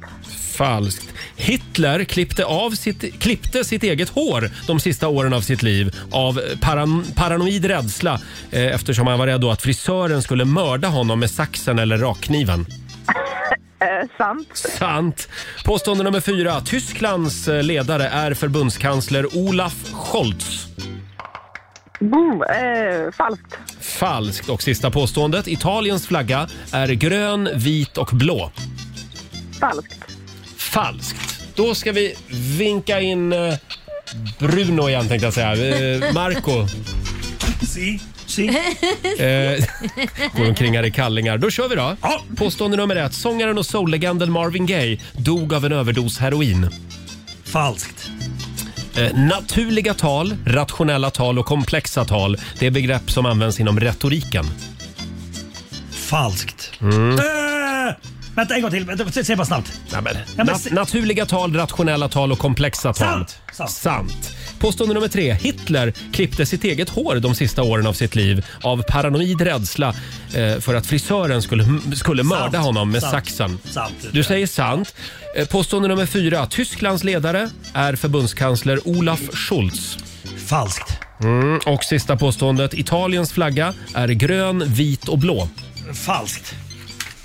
Falskt. Hitler klippte, av sitt, klippte sitt eget hår de sista åren av sitt liv av paran, paranoid rädsla eh, eftersom han var rädd då att frisören skulle mörda honom med saxen eller rakkniven.
Eh, sant.
Sant. Påstående nummer fyra. Tysklands eh, ledare är förbundskansler Olaf Scholz.
Boom. Eh, falskt.
Falskt. Och sista påståendet. Italiens flagga är grön, vit och blå.
Falskt.
Falskt. Då ska vi vinka in eh, Bruno igen tänkte jag säga. Eh, Marco.
Si, si.
Eh, går omkring här i kallingar. Då kör vi då. Påstående nummer ett. Sångaren och soullegenden Marvin Gaye dog av en överdos heroin.
Falskt.
Eh, naturliga tal, rationella tal och komplexa tal. Det är begrepp som används inom retoriken.
Falskt.
Mm.
Eh, vänta en gång till. Vänta, säg- Säg bara snabbt.
Nej, men,
Ja, men
na-
se-
naturliga tal, rationella tal och komplexa tal.
Sant, sant.
Sant. Påstående nummer tre. Hitler klippte sitt eget hår de sista åren av sitt liv av paranoid rädsla eh, för att frisören skulle, skulle
Sant,
mörda honom med
sant,
saxen.
sant.
Du säger sant. Eh, Påstående nummer fyra. Tysklands ledare är förbundskansler Olaf Scholz.
Falskt.
Mm, och sista påståendet. Italiens flagga är grön, vit och blå.
Falskt.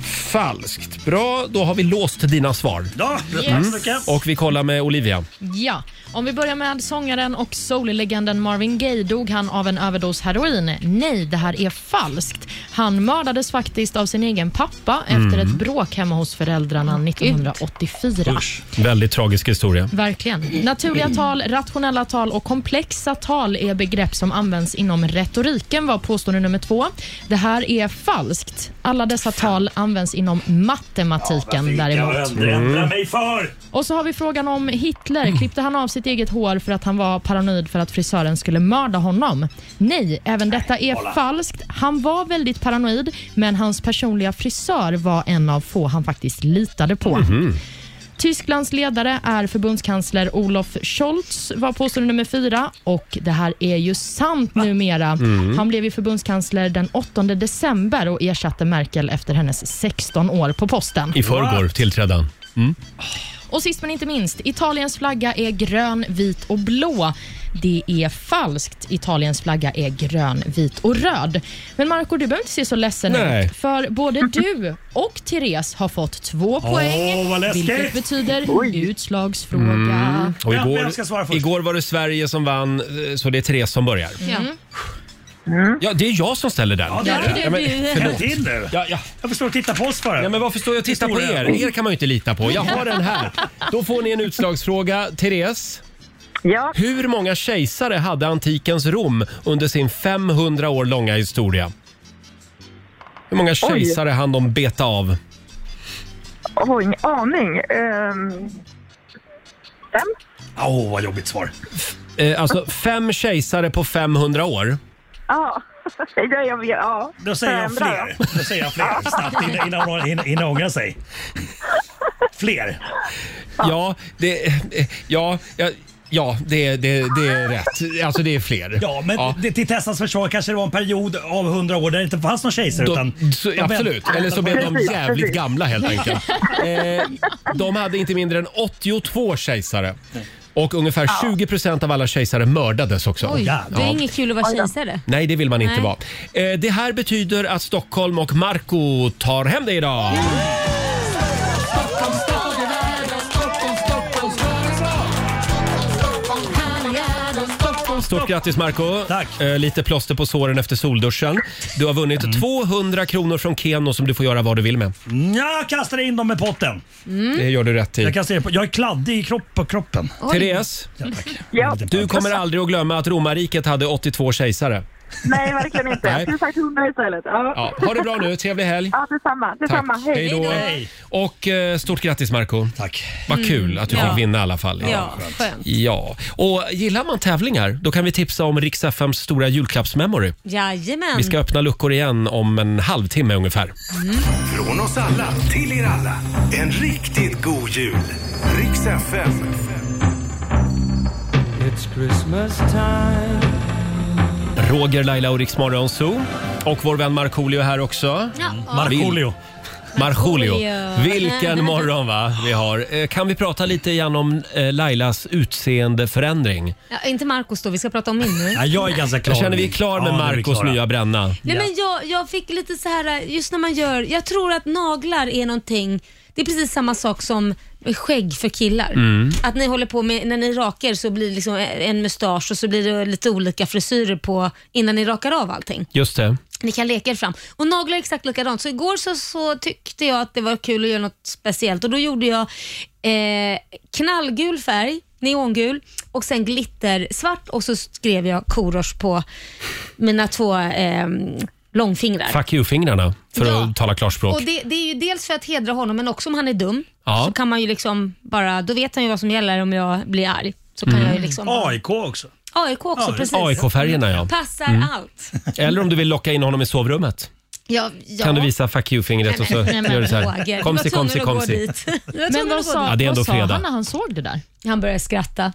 Falskt. Bra, då har vi låst dina svar.
Ja,
Yes. mycket.
Mm. Och vi kollar med Olivia.
Ja, om vi börjar med sångaren och soullegenden Marvin Gaye. Dog han av en överdos heroin? Nej, det här är falskt. Han mördades faktiskt av sin egen pappa
Mm.
efter ett bråk hemma hos föräldrarna 1984.
Väldigt tragisk historia.
Verkligen. Naturliga tal, rationella tal och komplexa tal är begrepp som används inom retoriken, var påstående nummer två. Det här är falskt. Alla dessa tal används inom matematiken däremot.
Jag ändrar mig för.
Och så har vi frågan om Hitler. Klippte han av sitt eget hår för att han var paranoid för att frisören skulle mörda honom? Nej, även detta är
kolla.
falskt. Han var väldigt paranoid, men hans personliga frisör var en av få han faktiskt litade på. Tysklands ledare är förbundskansler Olof Scholz, var påstående nummer fyra. Och det här är ju sant numera.
Mm.
Han blev ju förbundskansler den 8 december och ersatte Merkel efter hennes 16 år på posten.
I förrgår tillträdde han. Mm.
Och sist men inte minst, Italiens flagga är grön, vit och blå. Det är falskt. Italiens flagga är grön, vit och röd. Men Marco, du behöver inte se så ledsen
Nej.
ut. För både du och Therese har fått två poäng.
vad läskigt.
vilket betyder utslagsfråga.
Mm. Och
Vem-
igår,
vem ska svara först?
igår var det Sverige som vann, eh, så det är Therese som börjar. Mm.
Mm.
Ja, det är jag som ställer den.
Ja, det är Ja, det. det är
Ja, men,
du.
förlåt.
Häll till nu.
Ja, ja.
Jag förstår att titta på oss bara.
Ja, men varför står jag och tittar på er? Er kan man ju inte lita på. Jag har den
[LAUGHS]
här. Då får ni en utslagsfråga. Therese,
ja.
hur många kejsare hade antikens Rom under sin 500 år långa historia? Hur många kejsare hann de beta av?
Oj, ingen aning. Ehm,
Åh, vad jobbigt svar.
Eh, alltså fem kejsare på 500 år.
Ja, [LAUGHS] jag, jag, ja.
Då säger jag
Förändra,
fler. Då säger jag fler snabbt innan- innan hon hinner- hinner ångra sig. Fler.
Ja, det, eh, ja, ja, ja det, det, det är rätt. Alltså det är fler.
Ja, men det, till Tessas försvar kanske det var en period av 100 år där det inte fanns någon kejsare.
De-
utan
så-
de vänt-
absolut. Eller så blev de
Precis,
jävligt
precis.
gamla helt enkelt. Eh, de hade inte mindre än 82 kejsare. Och ungefär 20 procent av alla kejsare mördades också.
Oj,
Ja.
det är inget kul att vara kejsare.
Nej, det vill man inte
Nej.
vara. Eh, det här betyder att Stockholm och Marco tar hem det idag.
Stockholm, Stockholm, Stockholm, Stockholm, Stockholm, Stockholm.
Stort grattis Marco Tack. Lite plåster på såren efter solduschen. Du har vunnit 200 kronor från Keno som du får göra vad du vill med.
Jag kastar in dem i potten.
Det gör du rätt i.
Jag, kastar in, jag är kladdig i kropp, på kroppen.
Therese,
Ja.
du kommer aldrig att glömma att romarriket hade 82 kejsare.
Nej, verkligen inte.
Nej.
Jag skulle sagt 100 istället. Ja.
Ja, ha det bra nu. Trevlig helg.
Ja, detsamma. detsamma.
Hej då. Och eh, stort grattis Marco Tack. Vad kul att du
Mm. Ja.
fick vinna i alla fall.
Ja, skönt.
Ja, och gillar man tävlingar då kan vi tipsa om Rix FMs stora julklappsmemory.
Jajamän.
Vi ska öppna luckor igen om en halvtimme ungefär.
Från oss alla till er alla. En riktigt god jul. Riks FM.
It's Christmas time
Roger, Laila och Rix Morgon Zoo. Och vår vän Markoolio är här också.
Ja.
Markoolio.
Vil- Markoolio.
Markoolio.
Vilken
[LAUGHS]
morgon va vi har. Eh, Kan vi prata lite igen om eh, Lailas utseendeförändring?
Ja, inte Marcos då, vi ska prata om min nu.
Jag känner vi är klar med
Ja, nu är vi
Marcos
klara.
nya bränna.
Nej, men jag, jag fick lite så här, just när man gör, jag tror att naglar är någonting, det är precis samma sak som skägg för killar.
Mm.
Att ni håller på med, när ni rakar så blir det liksom en mustasch och så blir det lite olika frisyrer på innan ni rakar av allting.
Just det.
Ni kan leka er fram. Och naglar är exakt likadant. Så igår så, så tyckte jag att det var kul att göra något speciellt och då gjorde jag eh, knallgul färg, neongul och sen glittersvart och så skrev jag korosh på mina två eh, långfingrar.
Fuck you-fingrarna, för
Ja.
att tala klarspråk.
Och det, det är ju dels för att hedra honom men också om han är dum
Ja.
så kan man ju liksom bara, då vet han ju vad som gäller om jag blir arg. Så kan
Mm.
jag ju liksom
AIK också.
AIK också,
Ja,
precis.
AIK-färgerna,
[LAUGHS]
ja.
Passar
Mm.
allt.
Eller om du vill locka in honom i sovrummet.
Ja, ja.
Kan du visa fuck you-fingret och så
Nej, men
gör du så
Roger,
här.
du
Komsi,
var tvungen
komsi,
att gå
komsi.
dit. Du var tvungen
Men
att gå
vad sa,
dit.
Ja, det är ändå
vad sa
fredag.
han när han såg det där?
Han började
[LAUGHS]
skratta.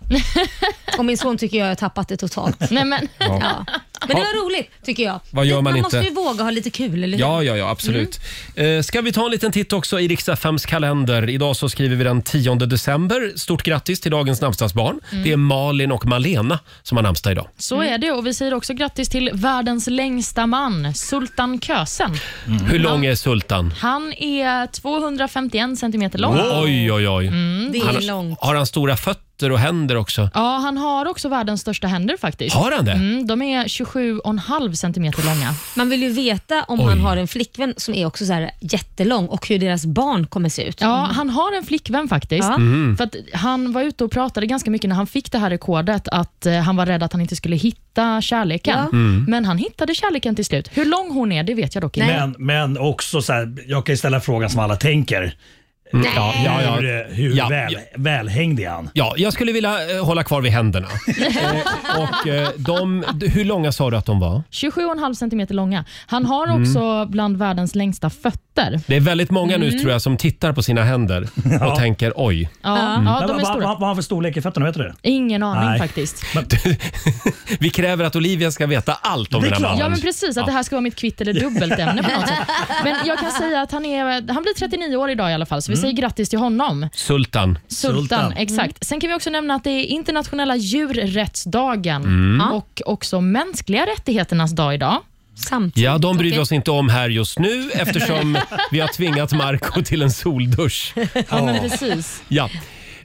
Och min son tycker jag har tappat det totalt.
[LAUGHS]
Nej, men.
Ja.
Ja. men det var roligt tycker jag.
Vad gör man
måste
inte?
ju våga ha lite kul, eller hur?
Ja, ja, ja, absolut.
Mm.
Eh, Ska vi ta en liten titt också i Riks-FMs kalender? Idag så skriver vi den 10 december. Stort grattis till dagens namnsdagsbarn.
Mm.
Det är Malin och Malena som har namnsdag idag.
Så är det och vi säger också grattis till världens längsta man, Sultan Kösen.
Hur lång är Sultan?
Han är 251 centimeter lång.
Oj, oj, oj.
Mm. Det är
han,
långt.
Har han stora fötter och händer också?
Ja, han har också världens största händer faktiskt.
Har han det?
Mm, de är 27,5 centimeter långa.
Man vill ju veta om
Oj.
han har en flickvän som är också så här jättelång och hur deras barn kommer se ut.
Ja,
Mm.
han har en flickvän faktiskt.
Ja. Mm.
För att han var ute och pratade ganska mycket när han fick det här rekordet, att eh, han var rädd att han inte skulle hitta kärleken.
Ja. Mm.
Men han hittade kärleken till slut. Hur lång hon är, det vet jag dock inte.
Men, men också så här, jag kan ju ställa frågan som alla tänker.
Mm.
Ja,
Nej. Ja, ja.
Hur, hur
Ja,
väl,
ja.
välhängd är han?
Ja, jag skulle vilja eh, hålla kvar vid
[LAUGHS]
händerna. Eh, och eh, de, d- hur långa sa du att de var?
27,5 centimeter långa. Han har
Mm.
också bland världens längsta fötter.
Det är väldigt många nu
Mm.
tror jag som tittar på sina
[LAUGHS]
händer och tänker oj.
Ja,
Mm.
ja de är
vad, vad, vad
stora.
har han för storlek i fötterna? Vet du det?
Ingen aning
Nej.
faktiskt.
Vi kräver att Olivia ska veta allt om den här mannen.
Ja, men precis. Att det här ska vara mitt kvitt eller dubbelt ämne på
[LAUGHS]
något sätt. Men jag kan säga att han, är, han blir 39 år idag i alla fall, så vi
Mm.
säger grattis till honom.
Sultan. Mm.
Sultan, exakt. Sen kan vi också nämna att det är internationella djurrättsdagen
Mm. Ja.
och också mänskliga rättigheternas dag idag.
Samtidigt.
Ja, de bryr vi oss inte om här just nu eftersom vi har tvingat Marco till en soldusch.
Ja, men precis.
Ja.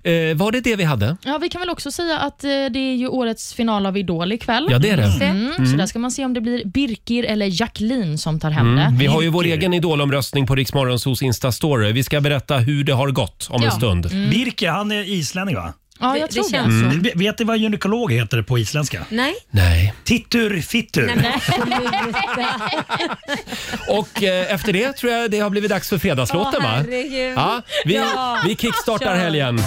Eh, var det det vi hade?
Ja, vi kan väl också säga att eh, det är ju årets final av Idol ikväll.
Ja, det är det.
Mm,
Mm.
Så där ska man se om det blir Birgir eller Jacqueline som tar hem
Mm.
det.
Vi har ju vår egen idolomröstning på Riksmorgonsos Insta-story. Vi ska berätta hur det har gått om en stund.
Mm.
Birke, han är islänning va?
Ja, jag
Det-
tror
det
det.
känns
så.
Mm. Vet- Vet ni vad gynekolog heter på isländska?
Nej?
Nej.
Tittur fittur.
Nej, [LAUGHS] men sluta.
Och eh, efter det tror jag det har blivit dags för fredagslåten
Åh,
va?
herregud.
Ja, vi,
Ja.
vi kickstartar
Kör.
helgen.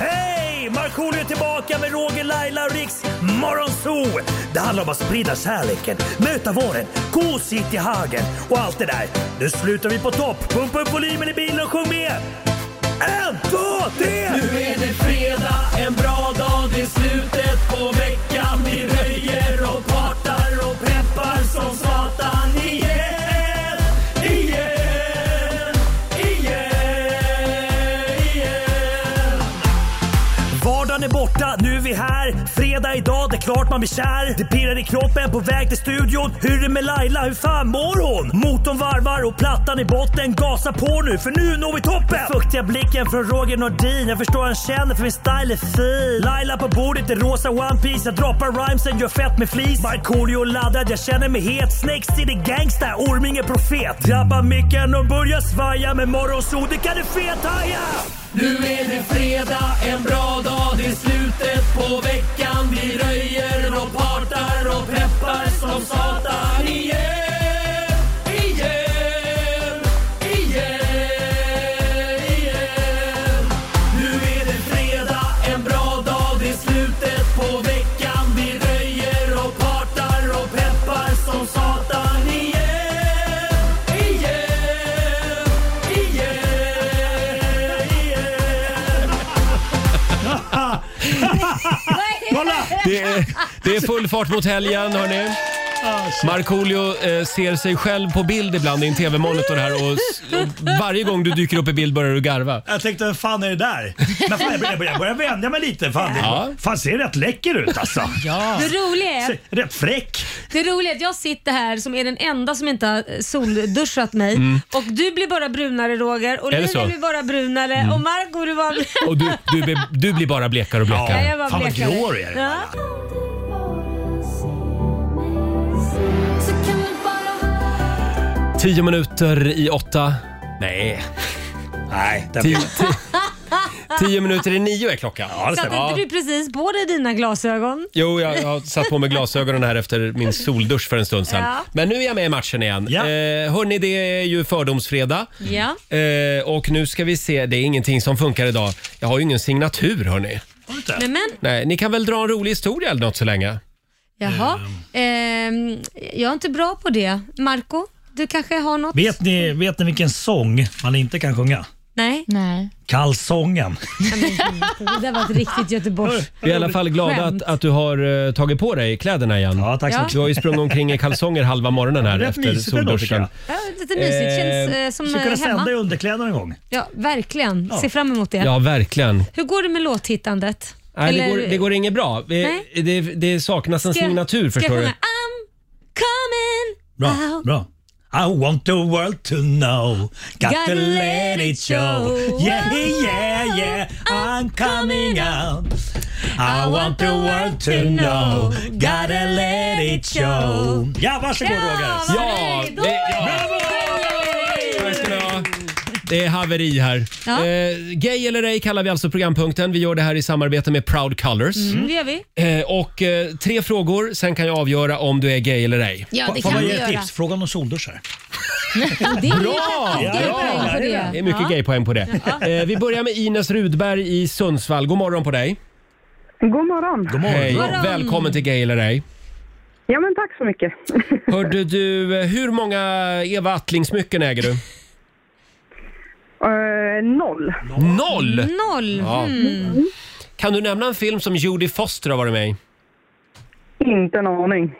Hej! Markoolio är tillbaka med Roger, Laila och Riks Morgonzoo! Det handlar om att sprida kärleken, möta våren, gosigt i hagen och allt det där. Nu slutar vi på topp! Pumpa upp volymen i bilen och sjung med! En, två, tre!
Nu är det fredag, en bra dag, det är slutet på veckan. Vi röjer och partar och peppar som satan igen, igen, igen, igen.
Vardagen är borta, nu är vi här här. Fredag idag, det är klart man blir kär. Det pirrar i kroppen på väg till studion. Hur är det med Laila, hur fan mår hon? Motorn varvar och plattan i botten. Gasa på nu, för nu når vi toppen! Den fuktiga blicken från Roger Nordin. Jag förstår han känner för min style är fin. Laila på bordet i rosa One Piece Jag droppar rhymesen, gör fett med flis. Markoolio laddad, jag känner mig het. Snakes city gangsta, Orminge profet. Drabbar micken och börjar svaja. Med morgonsol, det kan du fethaja!
Nu är det fredag, en bra dag, det är slutet på veckan. Vi röjer och partar och peppar som satan igen. Igen, igen, igen. Nu är det fredag, en bra dag, det är slutet på veckan. Vi röjer och partar och peppar som satan igen. Igen, igen, igen.
Det är, det är full fart mot helgen, hörni.
Ah,
Markoolio eh, ser sig själv på bild ibland i en tv-monitor här och, s- och varje gång du dyker upp i bild börjar du garva.
Jag tänkte, vad fan är det där? Men fan, jag börjar, jag börjar, jag börjar vänja mig lite. Fan, det,
Ja.
fan ser rätt läcker ut alltså. Ja.
Det roliga är-
Rätt fräck.
Det roliga är att jag sitter här som är den enda som inte har eh, solduschat mig
Mm.
och du blir bara brunare Roger och
Är det
Lina
så?
blir bara brunare
Mm.
och Marco blir
[LAUGHS]
bara brunare.
Och du, du, blir- du blir bara blekare och blekare.
Ja, jag bara blekare. ja.
Så kan vi bara ha
Tio minuter i åtta. Nej.
Nej.
Tio, ti- tio minuter i nio är klockan. Ja,
Satte inte du precis på dig dina glasögon?
Jo, jag, jag har satt på mig glasögonen här efter min soldusch för en stund sedan.
Ja.
Men nu är jag med i matchen igen. Eh, hörni, det är ju fördomsfredag.
Ja.
Eh, och nu ska vi se, det är ingenting som funkar idag. Jag har ju ingen signatur hörni.
Men, men
Nej, ni kan väl dra en rolig historia eller något så länge?
jaha.
Eh.
Ehm, jag är inte bra på det. Marco, du kanske har något?
Vet ni, vet ni vilken sång man inte kan sjunga?
Nej. Nej.
Kalsongen.
Det där var ett riktigt Göteborg.
Vi är i alla fall glada
Skämt.
att, att du har eh, tagit på dig kläderna igen. Ja,
tack så Ja. mycket.
Du har ju sprungit omkring i kalsonger halva morgonen här
[LAUGHS] Rätt
efter
mysigt ändå, tycker
solduschen.
jag.
Ja, lite mysigt. Känns
Eh,
eh, som
Skulle kunna
eh,
sända i
hemma.
underkläder en gång.
Ja, verkligen. Se fram emot det.
Ja, verkligen.
Hur går det med låthittandet?
Nej, det, går, det går inget bra. Vi,
Nej.
det, det saknas en
Ska jag-
signatur
ska jag
förstår du.
sjunga I'm coming
Bra,
out?
bra. I want the world to know Got
Gotta
to let it show Oh, Yeah, yeah, yeah I'm coming out I want the world to know Gotta let it show Ja, varsågod Roger.
Ja, det, ja. Tack ska ni ha. Det är haveri här.
Ja.
Eh, gay eller ej kallar vi alltså programpunkten. Vi gör det här i samarbete med Proud Colors.
Mm, det gör vi.
Eh, och eh, tre frågor, sen kan jag avgöra om du är gay eller ej.
Ja, det Får kan man du ge ett göra. tips?
Fråga om de solduschar.
Det är
Bra!
faktiskt gaypoäng på det.
Det är mycket gaypoäng på det. Eh, vi börjar med Ines Rudberg i Sundsvall. God morgon på dig.
God morgon.
God Hej. Välkommen till Gay eller ej.
Ja, men tack så mycket. [LAUGHS]
Hörde du, eh, hur många Eva Attling-smycken äger du?
Eh, noll.
Noll!
Noll.
Ja.
Mm.
Kan du nämna en film som Jodie Foster har varit med i?
Inte en aning.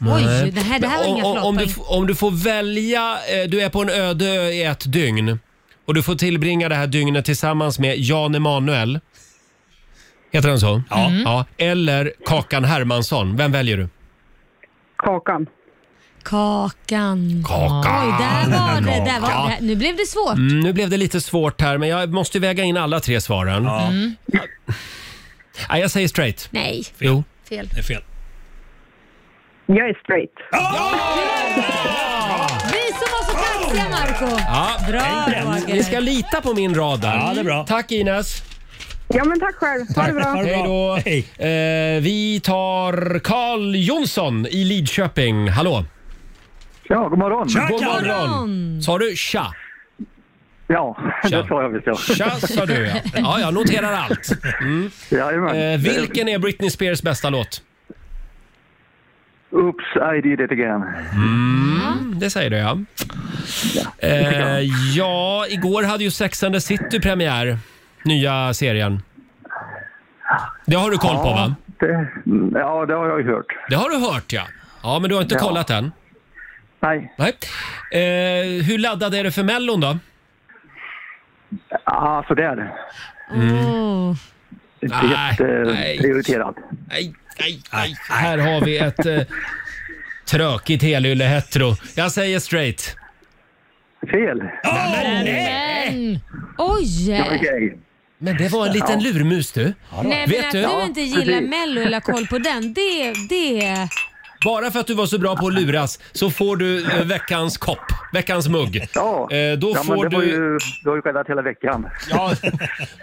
Nej.
det här- det här var
Men
inga
om, om, du,
flottar.
f- om du får välja, eh, du är på en öde ö i ett dygn och du får tillbringa det här dygnet tillsammans med Jan Emanuel. Heter han så? Ja. ja. Eller Kakan Hermansson. Vem väljer du?
Kakan.
Kakan.
Kakan.
Oj, där var det. Där var
Kakan.
det. Nu blev det svårt.
Mm, nu blev det lite svårt här, men jag måste ju väga in alla tre svaren. Ja.
Mm.
jag säger straight.
Nej,
Jo.
fel.
Det är fel.
Jag är straight.
Vi som var så kaxiga, Marco
Ja.
Bra, Roger.
Ni ska lita på min radar.
Ja, det är bra.
Tack Ines.
Ja, men tack själv. Ha det bra.
Hej då. Eh, vi tar Carl Jonsson i Lidköping. Hallå!
Ja, god morgon.
Tja, god
Kalle.
morgon! Sa du tja?
Ja,
Tja.
det sa jag visst ja.
Tja sa du ja. Ja, jag noterar allt. Mm. Eh, vilken är Britney Spears bästa låt?
Oops, I did it again.
Mm, det säger du ja. Eh, ja, igår hade ju Sex and the City premiär. Nya serien. Det har du koll på
Ja,
va?
Det, ja, det har jag ju hört.
Det har du hört ja. Ja, men du har inte
Ja.
kollat än?
Nej.
Nej. Eh, hur laddad är du för Mellon då?
alltså Ja, ah, sådär.
Mm. Nej, nej.
jätteprioriterad.
Nej, nej, nej. Här har vi ett eh, trökigt helylle hetero. Jag säger straight.
Fel.
Eh.
Men, oj!
Men det var en liten lurmus du.
Nej men att du, inte gillar Mello eller har koll på den, det... det...
Bara för att du var så bra på att luras så får du eh, veckans kopp, veckans mugg. Ja, eh, då
ja,
får
men det var
du...
ju, du har ju skällat hela veckan.
Ja,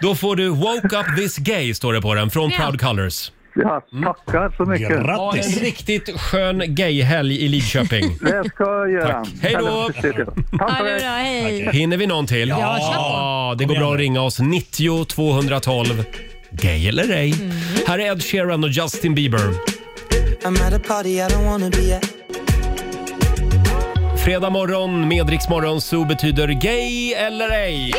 då får du “Woke up this gay” står det på den, från Proud Colors.
Ja,
Mm.
tackar så mycket.
Ha en riktigt skön gayhelg i Lidköping.
Det ska jag göra.
Tack. Hej då!
Tack
Ja, det är bra, hej.
Hinner vi någon till?
Ja, kör på.
det går bra att ringa oss. 90 212. Gay eller ej.
Mm.
Här är Ed Sheeran och Justin Bieber.
I'm at a party I don't wanna be at.
Fredag morgon med Rix Morgon Zoo betyder gay eller ej.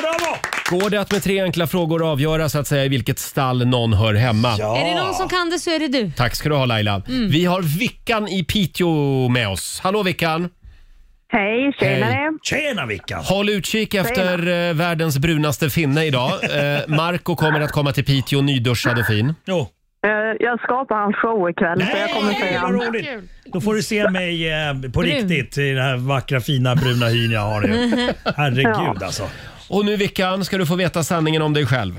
Bravo!
Går det att med tre enkla frågor avgöra så att säga i vilket stall någon hör hemma?
Är det någon som kan det så är det du.
Tack ska du ha Laila.
Mm.
Vi har Vickan i Piteå med oss. Hallå Vickan!
Hej, tjenare.
Tjena Vickan!
Håll utkik efter eh, världens brunaste finne idag. Eh, Marco kommer att komma till Piteå nyduschad och fin.
Eh, Jag ska på hans show ikväll så jag kommer se
Vad
honom.
roligt. Då får du se mig eh, på
Brun.
riktigt i den här vackra fina bruna hyn jag har nu. Herregud
Ja.
alltså.
Och nu Vickan ska du få veta sanningen om dig själv.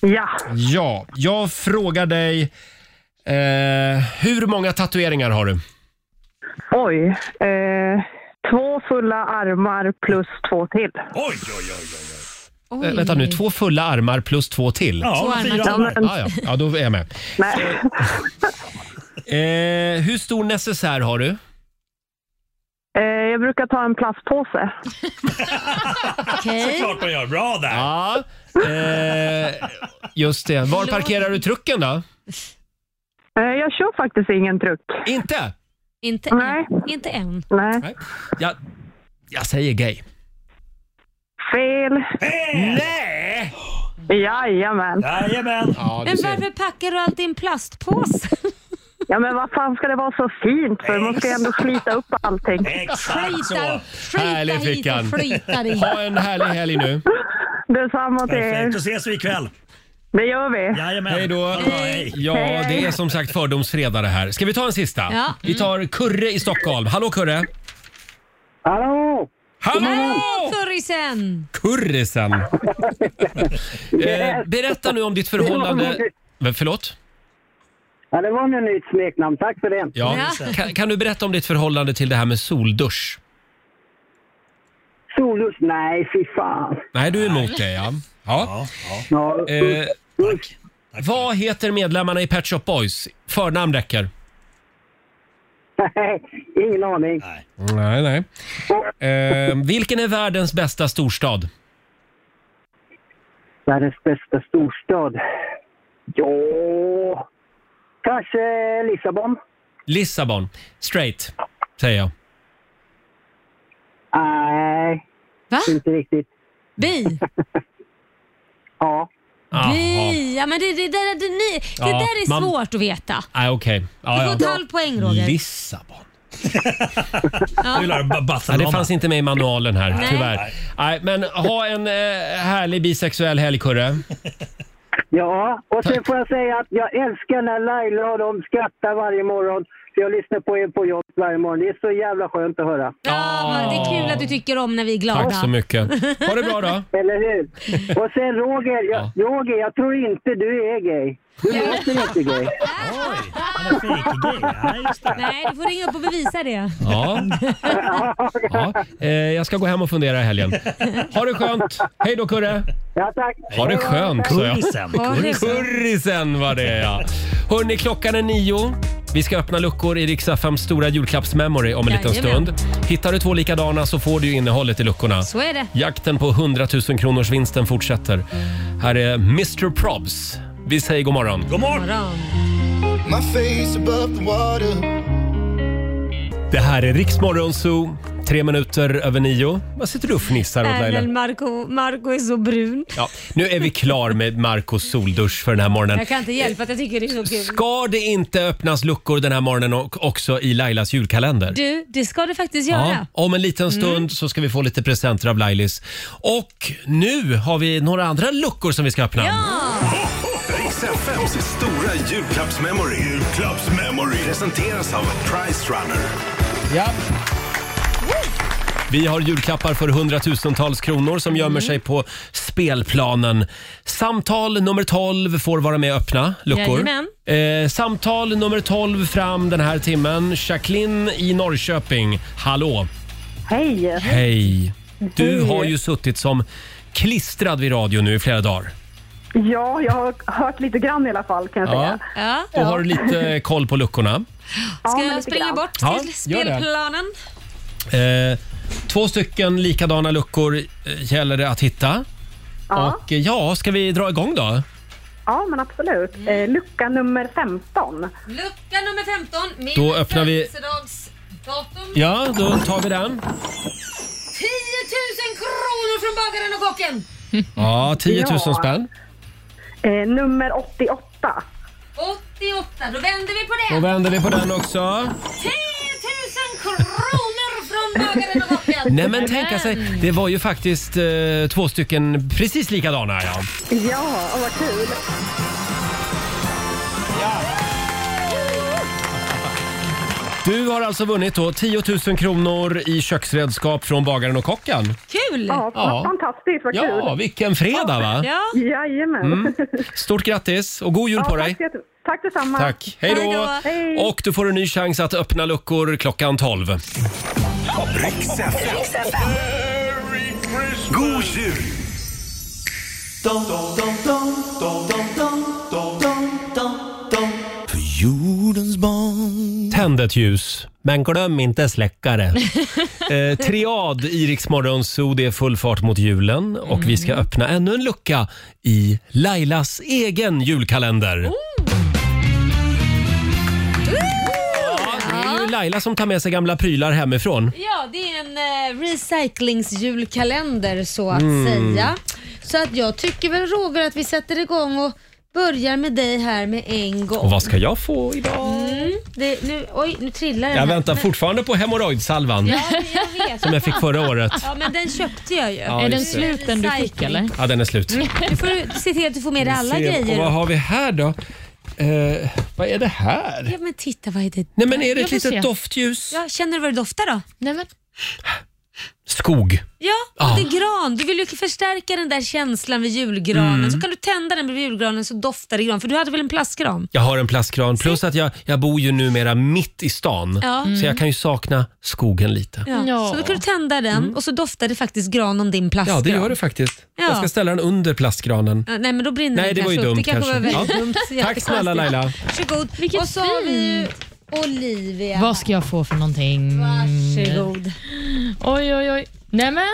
Ja.
Ja, jag frågar dig eh, hur många tatueringar har du?
Oj. Eh, två fulla armar plus två till.
Oj, oj, oj.
Eh, vänta nu, två fulla armar plus två till. Ah,
Ja, Två armar fyra till. armar.
Ja, ja. ja, då är jag med. Eh, hur stor necessär har du?
Eh, jag brukar ta en plastpåse.
Såklart man gör. Bra där!
Ja. Eh, just det. Var parkerar du trucken då?
Eh, jag kör faktiskt ingen truck.
Inte?
Inte Nej. än. Inte än.
Nej.
Jag, jag säger gay.
Fel.
Nej!
Jajamän.
Jajamän.
Men varför packar du alltid i
[LAUGHS]
en plastpåse?
Ja, men vad fan ska det vara så fint för? Man ska ju ändå slita upp allting.
Exakt så. Skita upp, skita
Ah, Härlig
hit och
Fickan.
skita dit.
Ha en härlig helg nu.
Detsamma till er.
Perfekt, då ses vi ikväll.
Det gör vi.
Jajamän.
Hej då. Ja, det är som sagt fördomsfredag det här. Ska vi ta en sista?
Ja. Mm.
Vi tar Kurre i Stockholm. Hallå Kurre!
Hallå!
Hallå!
Furrisen!
[LAUGHS] Kurrisen! eh, berätta nu om ditt förhållande... Men, Förlåt?
Ja, det var nu ett nytt smeknamn. Tack för det.
Ja. Kan, kan du berätta om ditt förhållande till det här med soldusch?
Solus? Nej, fy fan.
Nej, du är emot det ja. Ja. Eh, Vad heter medlemmarna i Pet Shop Boys? Förnamn räcker.
[LAUGHS] Ingen aning.
Eh. Nej, nej. Eh, vilken är världens bästa storstad?
Världens bästa storstad? Ja... Kanske Lissabon?
Lissabon. Straight, säger jag.
Nej, inte riktigt.
Bi?
ja.
Bi. Ja, men det, det, där, det, ni, det
Ja,
där är
man-
svårt att veta.
Nej, okej.
Du
Ja,
får
ja.
ett halvt poäng Roger.
Lissabon.
Ja.
Ja, det fanns inte med i manualen här,
Nej.
tyvärr. Nej, men ha en eh, härlig bisexuell helg, Kurre.
Ja, och sen får jag säga att jag älskar när Laila och de skrattar varje morgon. För jag lyssnar på er på jobbet varje morgon. Det är så jävla skönt att höra.
Ja, det är kul att du tycker om när vi är glada.
Tack så mycket. Ha det bra
[LAUGHS]
då.
Eller hur? Och sen Roger, jag, Roger, jag tror inte du är gay. Du låter inte gay.
Nej, du får ringa upp och bevisa det.
Ja. ja. Eh, jag ska gå hem och fundera i helgen. Ha det skönt. Hej då, Kurre.
Ja, tack.
Ha det skönt, sa jag.
Kurrisen.
Kurrisen.
Kurrisen.
Kurrisen var det, ja. Hörni, klockan är nio. Vi ska öppna luckor i Rix FMs stora julklappsmemory om en liten
Jajamän.
stund. Hittar du två likadana så får du ju innehållet i luckorna.
Så är det.
Jakten på 100 000 kronors vinsten fortsätter. Här är Mr Probs. Vi säger god morgon.
God
morgon.
My face above the water.
Det här är Riksmorgon Zoo. Tre minuter över nio. Vad sitter du och fnissar åt
Ernel,
Laila?
Marco, Marco är så brun.
Ja, nu är vi klar med Marcos soldusch för den här morgonen.
Jag kan inte hjälpa att jag tycker det är så kul.
Ska det inte öppnas luckor den här morgonen och också i Lailas julkalender?
Du, det Mm. ska du faktiskt
Ja,
göra.
om en liten stund så ska vi få lite presenter av Lailis. Och nu har vi några andra luckor som vi ska öppna.
Riks FMs stora julklappsmemory. Julklappsmemory. Presenteras av Price Runner.
Ja. Vi har julklappar för hundratusentals kronor som gömmer
Mm.
sig på spelplanen. Samtal nummer 12 får vara med och öppna luckor. Eh, samtal nummer 12 fram den här timmen. Jacqueline i Norrköping. Hallå!
Hej!
Hej! Du
Hej.
har ju suttit som klistrad vid radio nu i flera dagar.
Ja, jag har hört lite grann i alla fall kan jag
Ja.
säga.
Ja.
Då har
[LAUGHS]
du lite koll på luckorna.
Ska jag springa bort till
Ja, gör det.
spelplanen?
Eh, två stycken likadana luckor eh, gäller det att hitta.
Ja.
Och eh, ja, ska vi dra igång då?
Ja, men absolut. Eh, lucka nummer 15.
Lucka nummer 15, min
Då öppnar vi-
födelsedagsdatum.
Ja, då tar vi den.
10 000 kronor från bagaren och kocken!
Ja, 10 000
Ja.
spänn.
Eh, nummer 88.
88, då vänder vi på det.
Då vänder vi på den också.
10 000 kronor från bagaren och kocken.
Nej men tänka sig, det var ju faktiskt eh, två stycken precis likadana. Ja.
Ja, åh, vad kul.
Du har alltså vunnit då 10 000 kronor i köksredskap från bagaren och kocken.
Kul!
Ja,
Ja.
fantastiskt. Vad kul.
Ja, vilken fredag va?
Ja.
Jajamän.
Mm. Stort grattis och god jul
Ja,
på
tack
dig!
så jätte- Tack detsamma.
Tack! Hej då!
Hej.
Och du får en ny chans att öppna luckor klockan 12.
Riks FM. God jul!
Jordens barn. Tänd ett ljus, men glöm inte släcka [LAUGHS] det. eh, triad i Rix Morgon Zoo, det är full fart mot julen och vi ska öppna ännu en lucka i Lailas egen julkalender. Ja, det är ju Laila som tar med sig gamla prylar hemifrån.
Ja, det är en eh, recyclingsjulkalender så att
Mm.
säga. Så att jag tycker väl Roger att vi sätter igång och börjar med dig här med en gång.
Och vad ska jag få idag?
Mm, det, nu, oj, nu trillar den
Jag
här.
väntar
Men-
fortfarande på hemorrojdsalvan.
Ja, jag vet.
[LAUGHS] Som jag fick förra året.
Ja, men den köpte jag ju.
Ja, Är den just det. slut
den du fick eller?
Ja, den är slut.
Nu får du se till att du får med dig alla
Se,
grejer.
Och vad har vi här då? Eh, vad är det här?
Ja, men titta vad är det
Nej, men är det
Jag
ett
får
litet
se.
doftljus?
Ja, känner du vad det doftar då? Nej, men...
Skog.
Ja, och det
Ah.
är gran. Du vill ju förstärka den där känslan vid julgranen.
Mm.
Så kan du tända den vid julgranen så doftar det gran. För du hade väl en plastgran?
Jag har en plastgran. Plus att jag, jag bor ju numera mitt i stan.
Ja.
Så
Mm.
jag kan ju sakna skogen lite.
Ja. Så då kan du tända den och så doftar det faktiskt gran om din plastgran.
Mm. Ja, det gör det faktiskt.
Ja.
Jag ska ställa den under plastgranen.
Ja, Nej, men då brinner
Nej,
den
det var ju
kanske upp.
dumt
Det kanske,
kanske.
var väldigt
Ja.
[LAUGHS] dumt.
Tack snälla Laila.
Varsågod. och så har vi ju Olivia.
Vad ska jag få för någonting?
Varsågod.
Oj, oj, oj. Nämen,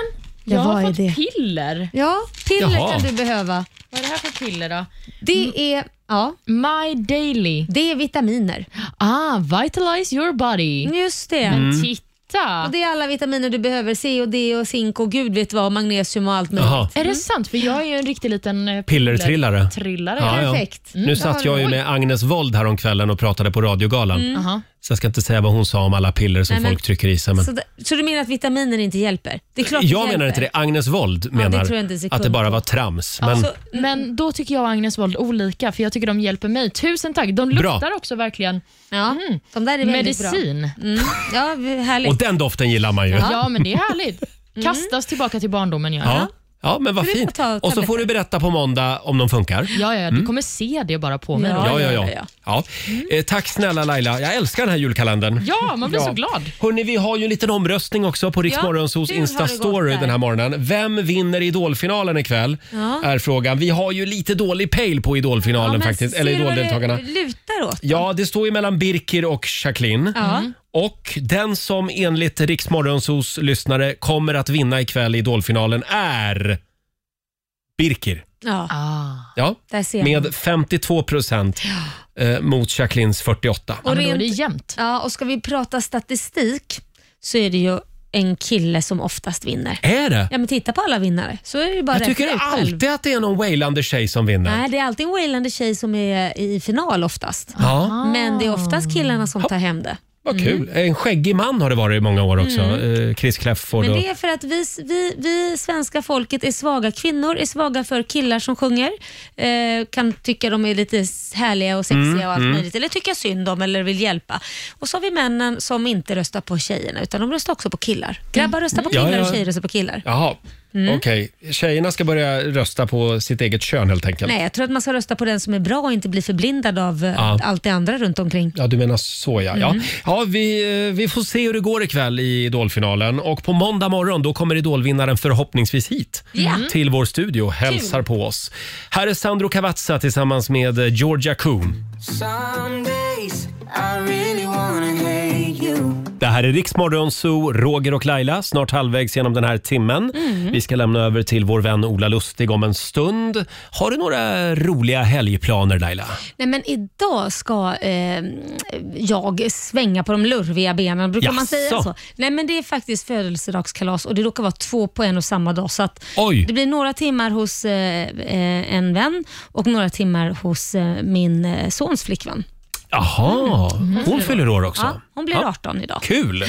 Ja,
jag
vad
har
är
fått
det?
piller.
Ja, piller
Jaha.
kan du behöva.
Vad är det här för piller då?
Det är... Ja.
My Daily.
Det är vitaminer.
Ah, Vitalize your body.
Just det.
Mm.
Men titta.
Och det är alla vitaminer du behöver. C och D och zink och gud vet vad. och Magnesium och allt möjligt.
Jaha.
Är det sant? För jag är ju en riktig liten eh,
Pillertrillare.
pillertrillare.
Ja, ja.
Mm.
Nu satt jag ju med Agnes Wold häromkvällen och pratade på radiogalan.
Mm. Aha.
Så jag ska inte säga vad hon sa om alla piller som
Nej, men-
folk trycker i sig. Men...
Så, d- så du menar att vitaminer inte hjälper? Det är klart
Jag
det
menar inte det. Agnes Wold
det
menar
tror jag inte en sekund
att det bara
på.
var trams.
Men,
Men...
men då tycker jag och Agnes Wold olika, för jag tycker de hjälper mig. Tusen tack. De
Bra.
luktar också verkligen
ja, de där är väldigt bra.
medicin.
Mm. Ja, vi- härligt.
Och den doften gillar man ju.
Ja. men det
[LAUGHS]
är härligt.
Mm.
Kastas tillbaka till barndomen. gör
Ja.
jag.
Ja, men vad
Så vi får
fint.
ta
Och så får
tabletter.
du berätta på måndag om de funkar.
Ja, ja, ja. Du
Mm.
kommer se det bara på mig. då.
Ja, ja, ja. ja. Eh, tack snälla Laila. Jag älskar den här julkalendern.
Ja, man blir så glad.
Hörni, vi har ju en liten omröstning också på
Ja,
Riksmorgonsos
hur har det gått
Insta-story
där?
den här morgonen. Vem vinner Idolfinalen ikväll?
Ja.
Är frågan. Vi har ju lite dålig pejl på
Ja,
Idolfinalen
men
faktiskt.
ser
Eller
du vad det
Idoldeltagarna.
lutar åt.
Ja, det står ju mellan Birkir och Jacqueline.
Ja. Mm.
Och den som enligt Riksmorgonsos lyssnare kommer att vinna ikväll i Idolfinalen är Birkir.
Ja.
Ja,
Där ser man.
med 52 procent eh, mot Jacquelines 48.
jämnt. Ja, och ska vi prata statistik så är det ju en kille som oftast vinner.
Är det?
Ja, men titta på alla vinnare. Så är det ju bara
Jag
att
tycker
räkna ut själv.
alltid att det är någon Waylander-tjej som vinner.
Nej, det är alltid en wailande tjej som är i final oftast.
Ja.
Men det är oftast killarna som tar hem det.
Vad kul. En skäggig man har det varit i många år också.
Mm.
Eh, Chris Kläfford.
Men
och-
det är för att vi, vi, vi svenska folket är svaga. Kvinnor är svaga för killar som sjunger. Eh, kan tycka de är lite härliga och sexiga
Mm,
och allt
mm.
möjligt. Eller tycka synd om eller vill hjälpa. Och så har vi männen som inte röstar på tjejerna utan de röstar också på killar. Grabbar röstar på
Mm. Ja,
killar
ja.
och tjejer röstar på killar.
Jaha,
Mm.
okej. Tjejerna ska börja rösta på sitt eget kön helt enkelt.
Nej, jag tror att man ska rösta på den som är bra och inte bli förblindad av eh,
Ja.
allt det andra runt omkring.
Mm.
Ja, du menar så ja. Ja,
Mm.
ja vi, eh, vi får se hur det går ikväll i Idolfinalen. Och på måndag morgon då kommer Idolvinnaren förhoppningsvis hit
Ja.
till vår studio och hälsar på oss. Här är Sandro Cavazza tillsammans med eh, Georgia Coon.
Some days I really wanna hate you.
Det här är Riksmorgon Zoo, Roger och Laila, snart halvvägs genom den här timmen.
Mm.
Vi ska lämna över till vår vän Ola Lustig om en stund. Har du några roliga helgplaner Laila?
Nej, men idag ska eh, jag svänga på de lurviga benen. Brukar man säga
Jaså?
så? Nej, men det är faktiskt födelsedagskalas och det råkar vara två på en och samma dag. Så att
Oj.
Det blir några timmar hos eh, eh, en vän och några timmar hos eh, min eh, sons flickvän.
Jaha, hon fyller år också.
Ja, hon blir 18 idag.
Kul!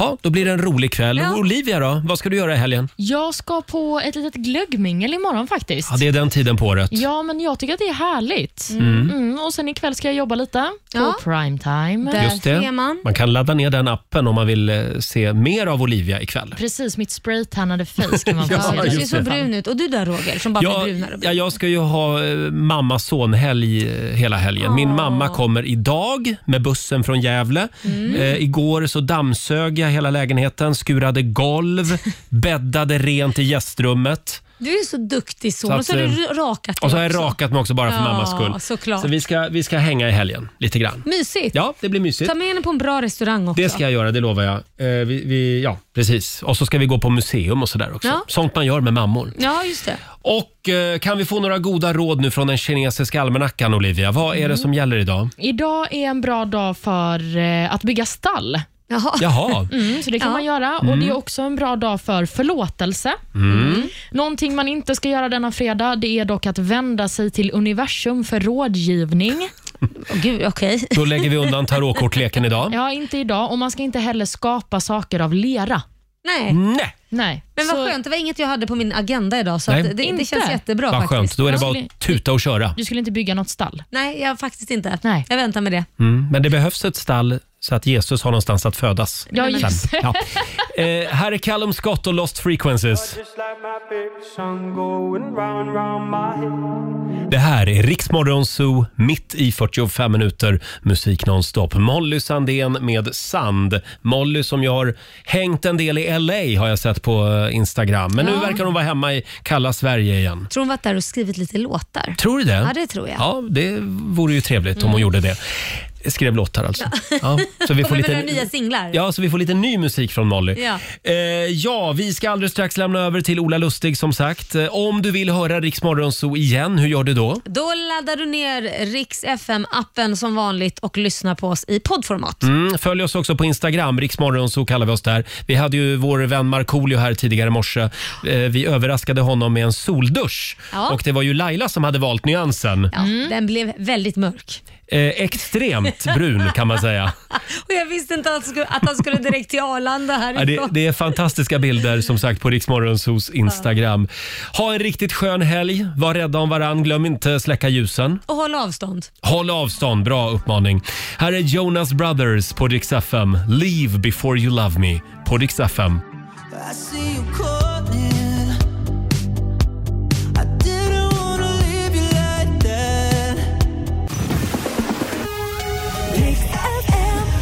Ja, då blir det en rolig kväll.
Ja.
Olivia då, vad ska du göra i helgen?
Jag ska på ett litet glöggmingel imorgon faktiskt.
Ja, det är den tiden på året.
Ja, men jag tycker att det är härligt.
Mm.
Mm. och Sen ikväll ska jag jobba lite på primetime.
Just det. Man kan ladda ner den appen om man vill eh, se mer av Olivia ikväll.
Precis, mitt spraytannade face kan man
[LAUGHS] Ja,
få se. där.
Du ser just så det. brun
ut. Och du där Roger, som
Jag, ja, jag ska ju ha eh, mamma-son-helg eh, hela helgen. Min mamma kommer idag med bussen från Gävle.
Mm.
Eh, igår så dammsög jag hela lägenheten, skurade golv, bäddade rent i gästrummet.
Du är så duktig son
Så att,
och så har du
eh,
rakat
Och så har
dig
jag
också.
rakat mig också bara för
Ja,
mammas skull.
såklart.
Så vi ska, vi ska hänga i helgen lite grann.
Mysigt.
Ja, det blir mysigt.
Ta med henne på en bra restaurang också.
Det ska jag göra, det lovar jag. Eh, vi, vi, ja, precis. Och så ska vi gå på museum och sådär också.
Ja.
Sånt man gör med mammor.
Ja, just det.
Och eh, kan vi få några goda råd nu från den kinesiska almanackan, Olivia? Vad
Mm.
är det som gäller idag?
Idag är en bra dag för eh, att bygga stall.
Jaha.
Jaha.
Mm, så det kan
Ja.
man göra. Och
Mm.
Det är också en bra dag för förlåtelse.
Mm.
Någonting man inte ska göra denna fredag det är dock att vända sig till universum för rådgivning.
Gud, okej.
[LAUGHS] Då lägger vi undan tarotkortleken
[LAUGHS]
idag.
Ja, inte idag. Och Man ska inte heller skapa saker av lera.
Nej.
Nej.
Nej.
Men vad skönt, det var inget jag hade på min agenda idag så
Nej.
att det, det
Inte.
känns jättebra
Vad
faktiskt.
skönt. Då är det
Ja.
bara att tuta och köra.
Du skulle inte bygga något stall?
Nej, jag faktiskt inte. Jag väntar med det.
Mm. Men det behövs ett stall så att Jesus har någonstans att födas.
Ja,
Sen.
just det.
Ja. Eh, här är Callum Scott och Lost Frequencies. Det här är Riksmorgon Zoo, mitt i 45 minuter musik nonstop. Molly Sandén med Sand. Molly som jag har hängt en del i LA har jag sett på eh, Instagram. Men nu
Ja.
verkar hon vara hemma i kalla Sverige igen.
Tror hon varit där och skrivit lite låtar?
Tror du det?
Ja, det tror jag.
Ja, det vore ju trevligt om hon
Mm.
gjorde det. Skrev låtar alltså. Ja, så
[LAUGHS]
vi får
Kommer
lite...
med några nya singlar?
Ja, så vi får lite ny musik från Molly.
Ja.
Eh, ja, vi ska alldeles strax lämna över till Ola Lustig som sagt. Eh, Om du vill höra Riksmorgon Zoo igen, hur gör du då?
Då laddar du ner Rix FM-appen som vanligt och lyssnar på oss i poddformat.
Mm, följ oss också på Instagram, Riksmorgon så kallar vi oss där. Vi hade ju vår vän Markoolio här tidigare i morse. Eh, Vi överraskade honom med en soldusch
Ja.
och det var ju Laila som hade valt nyansen.
Ja, Den blev väldigt mörk.
Eh, extremt brun kan man
[LAUGHS]
säga.
Och Jag visste inte att, skulle, att han skulle direkt till Arlanda
Ja, det,
härifrån.
det är fantastiska bilder som sagt på Riksmorgonsos Instagram. Ha en riktigt skön helg. Var rädda om varann. Glöm inte släcka ljusen.
Och håll avstånd.
Håll avstånd, bra uppmaning. Här är Jonas Brothers på Rix FM. Leave before you love me på Rix FM.
I see you calling. I didn't wanna leave you like that.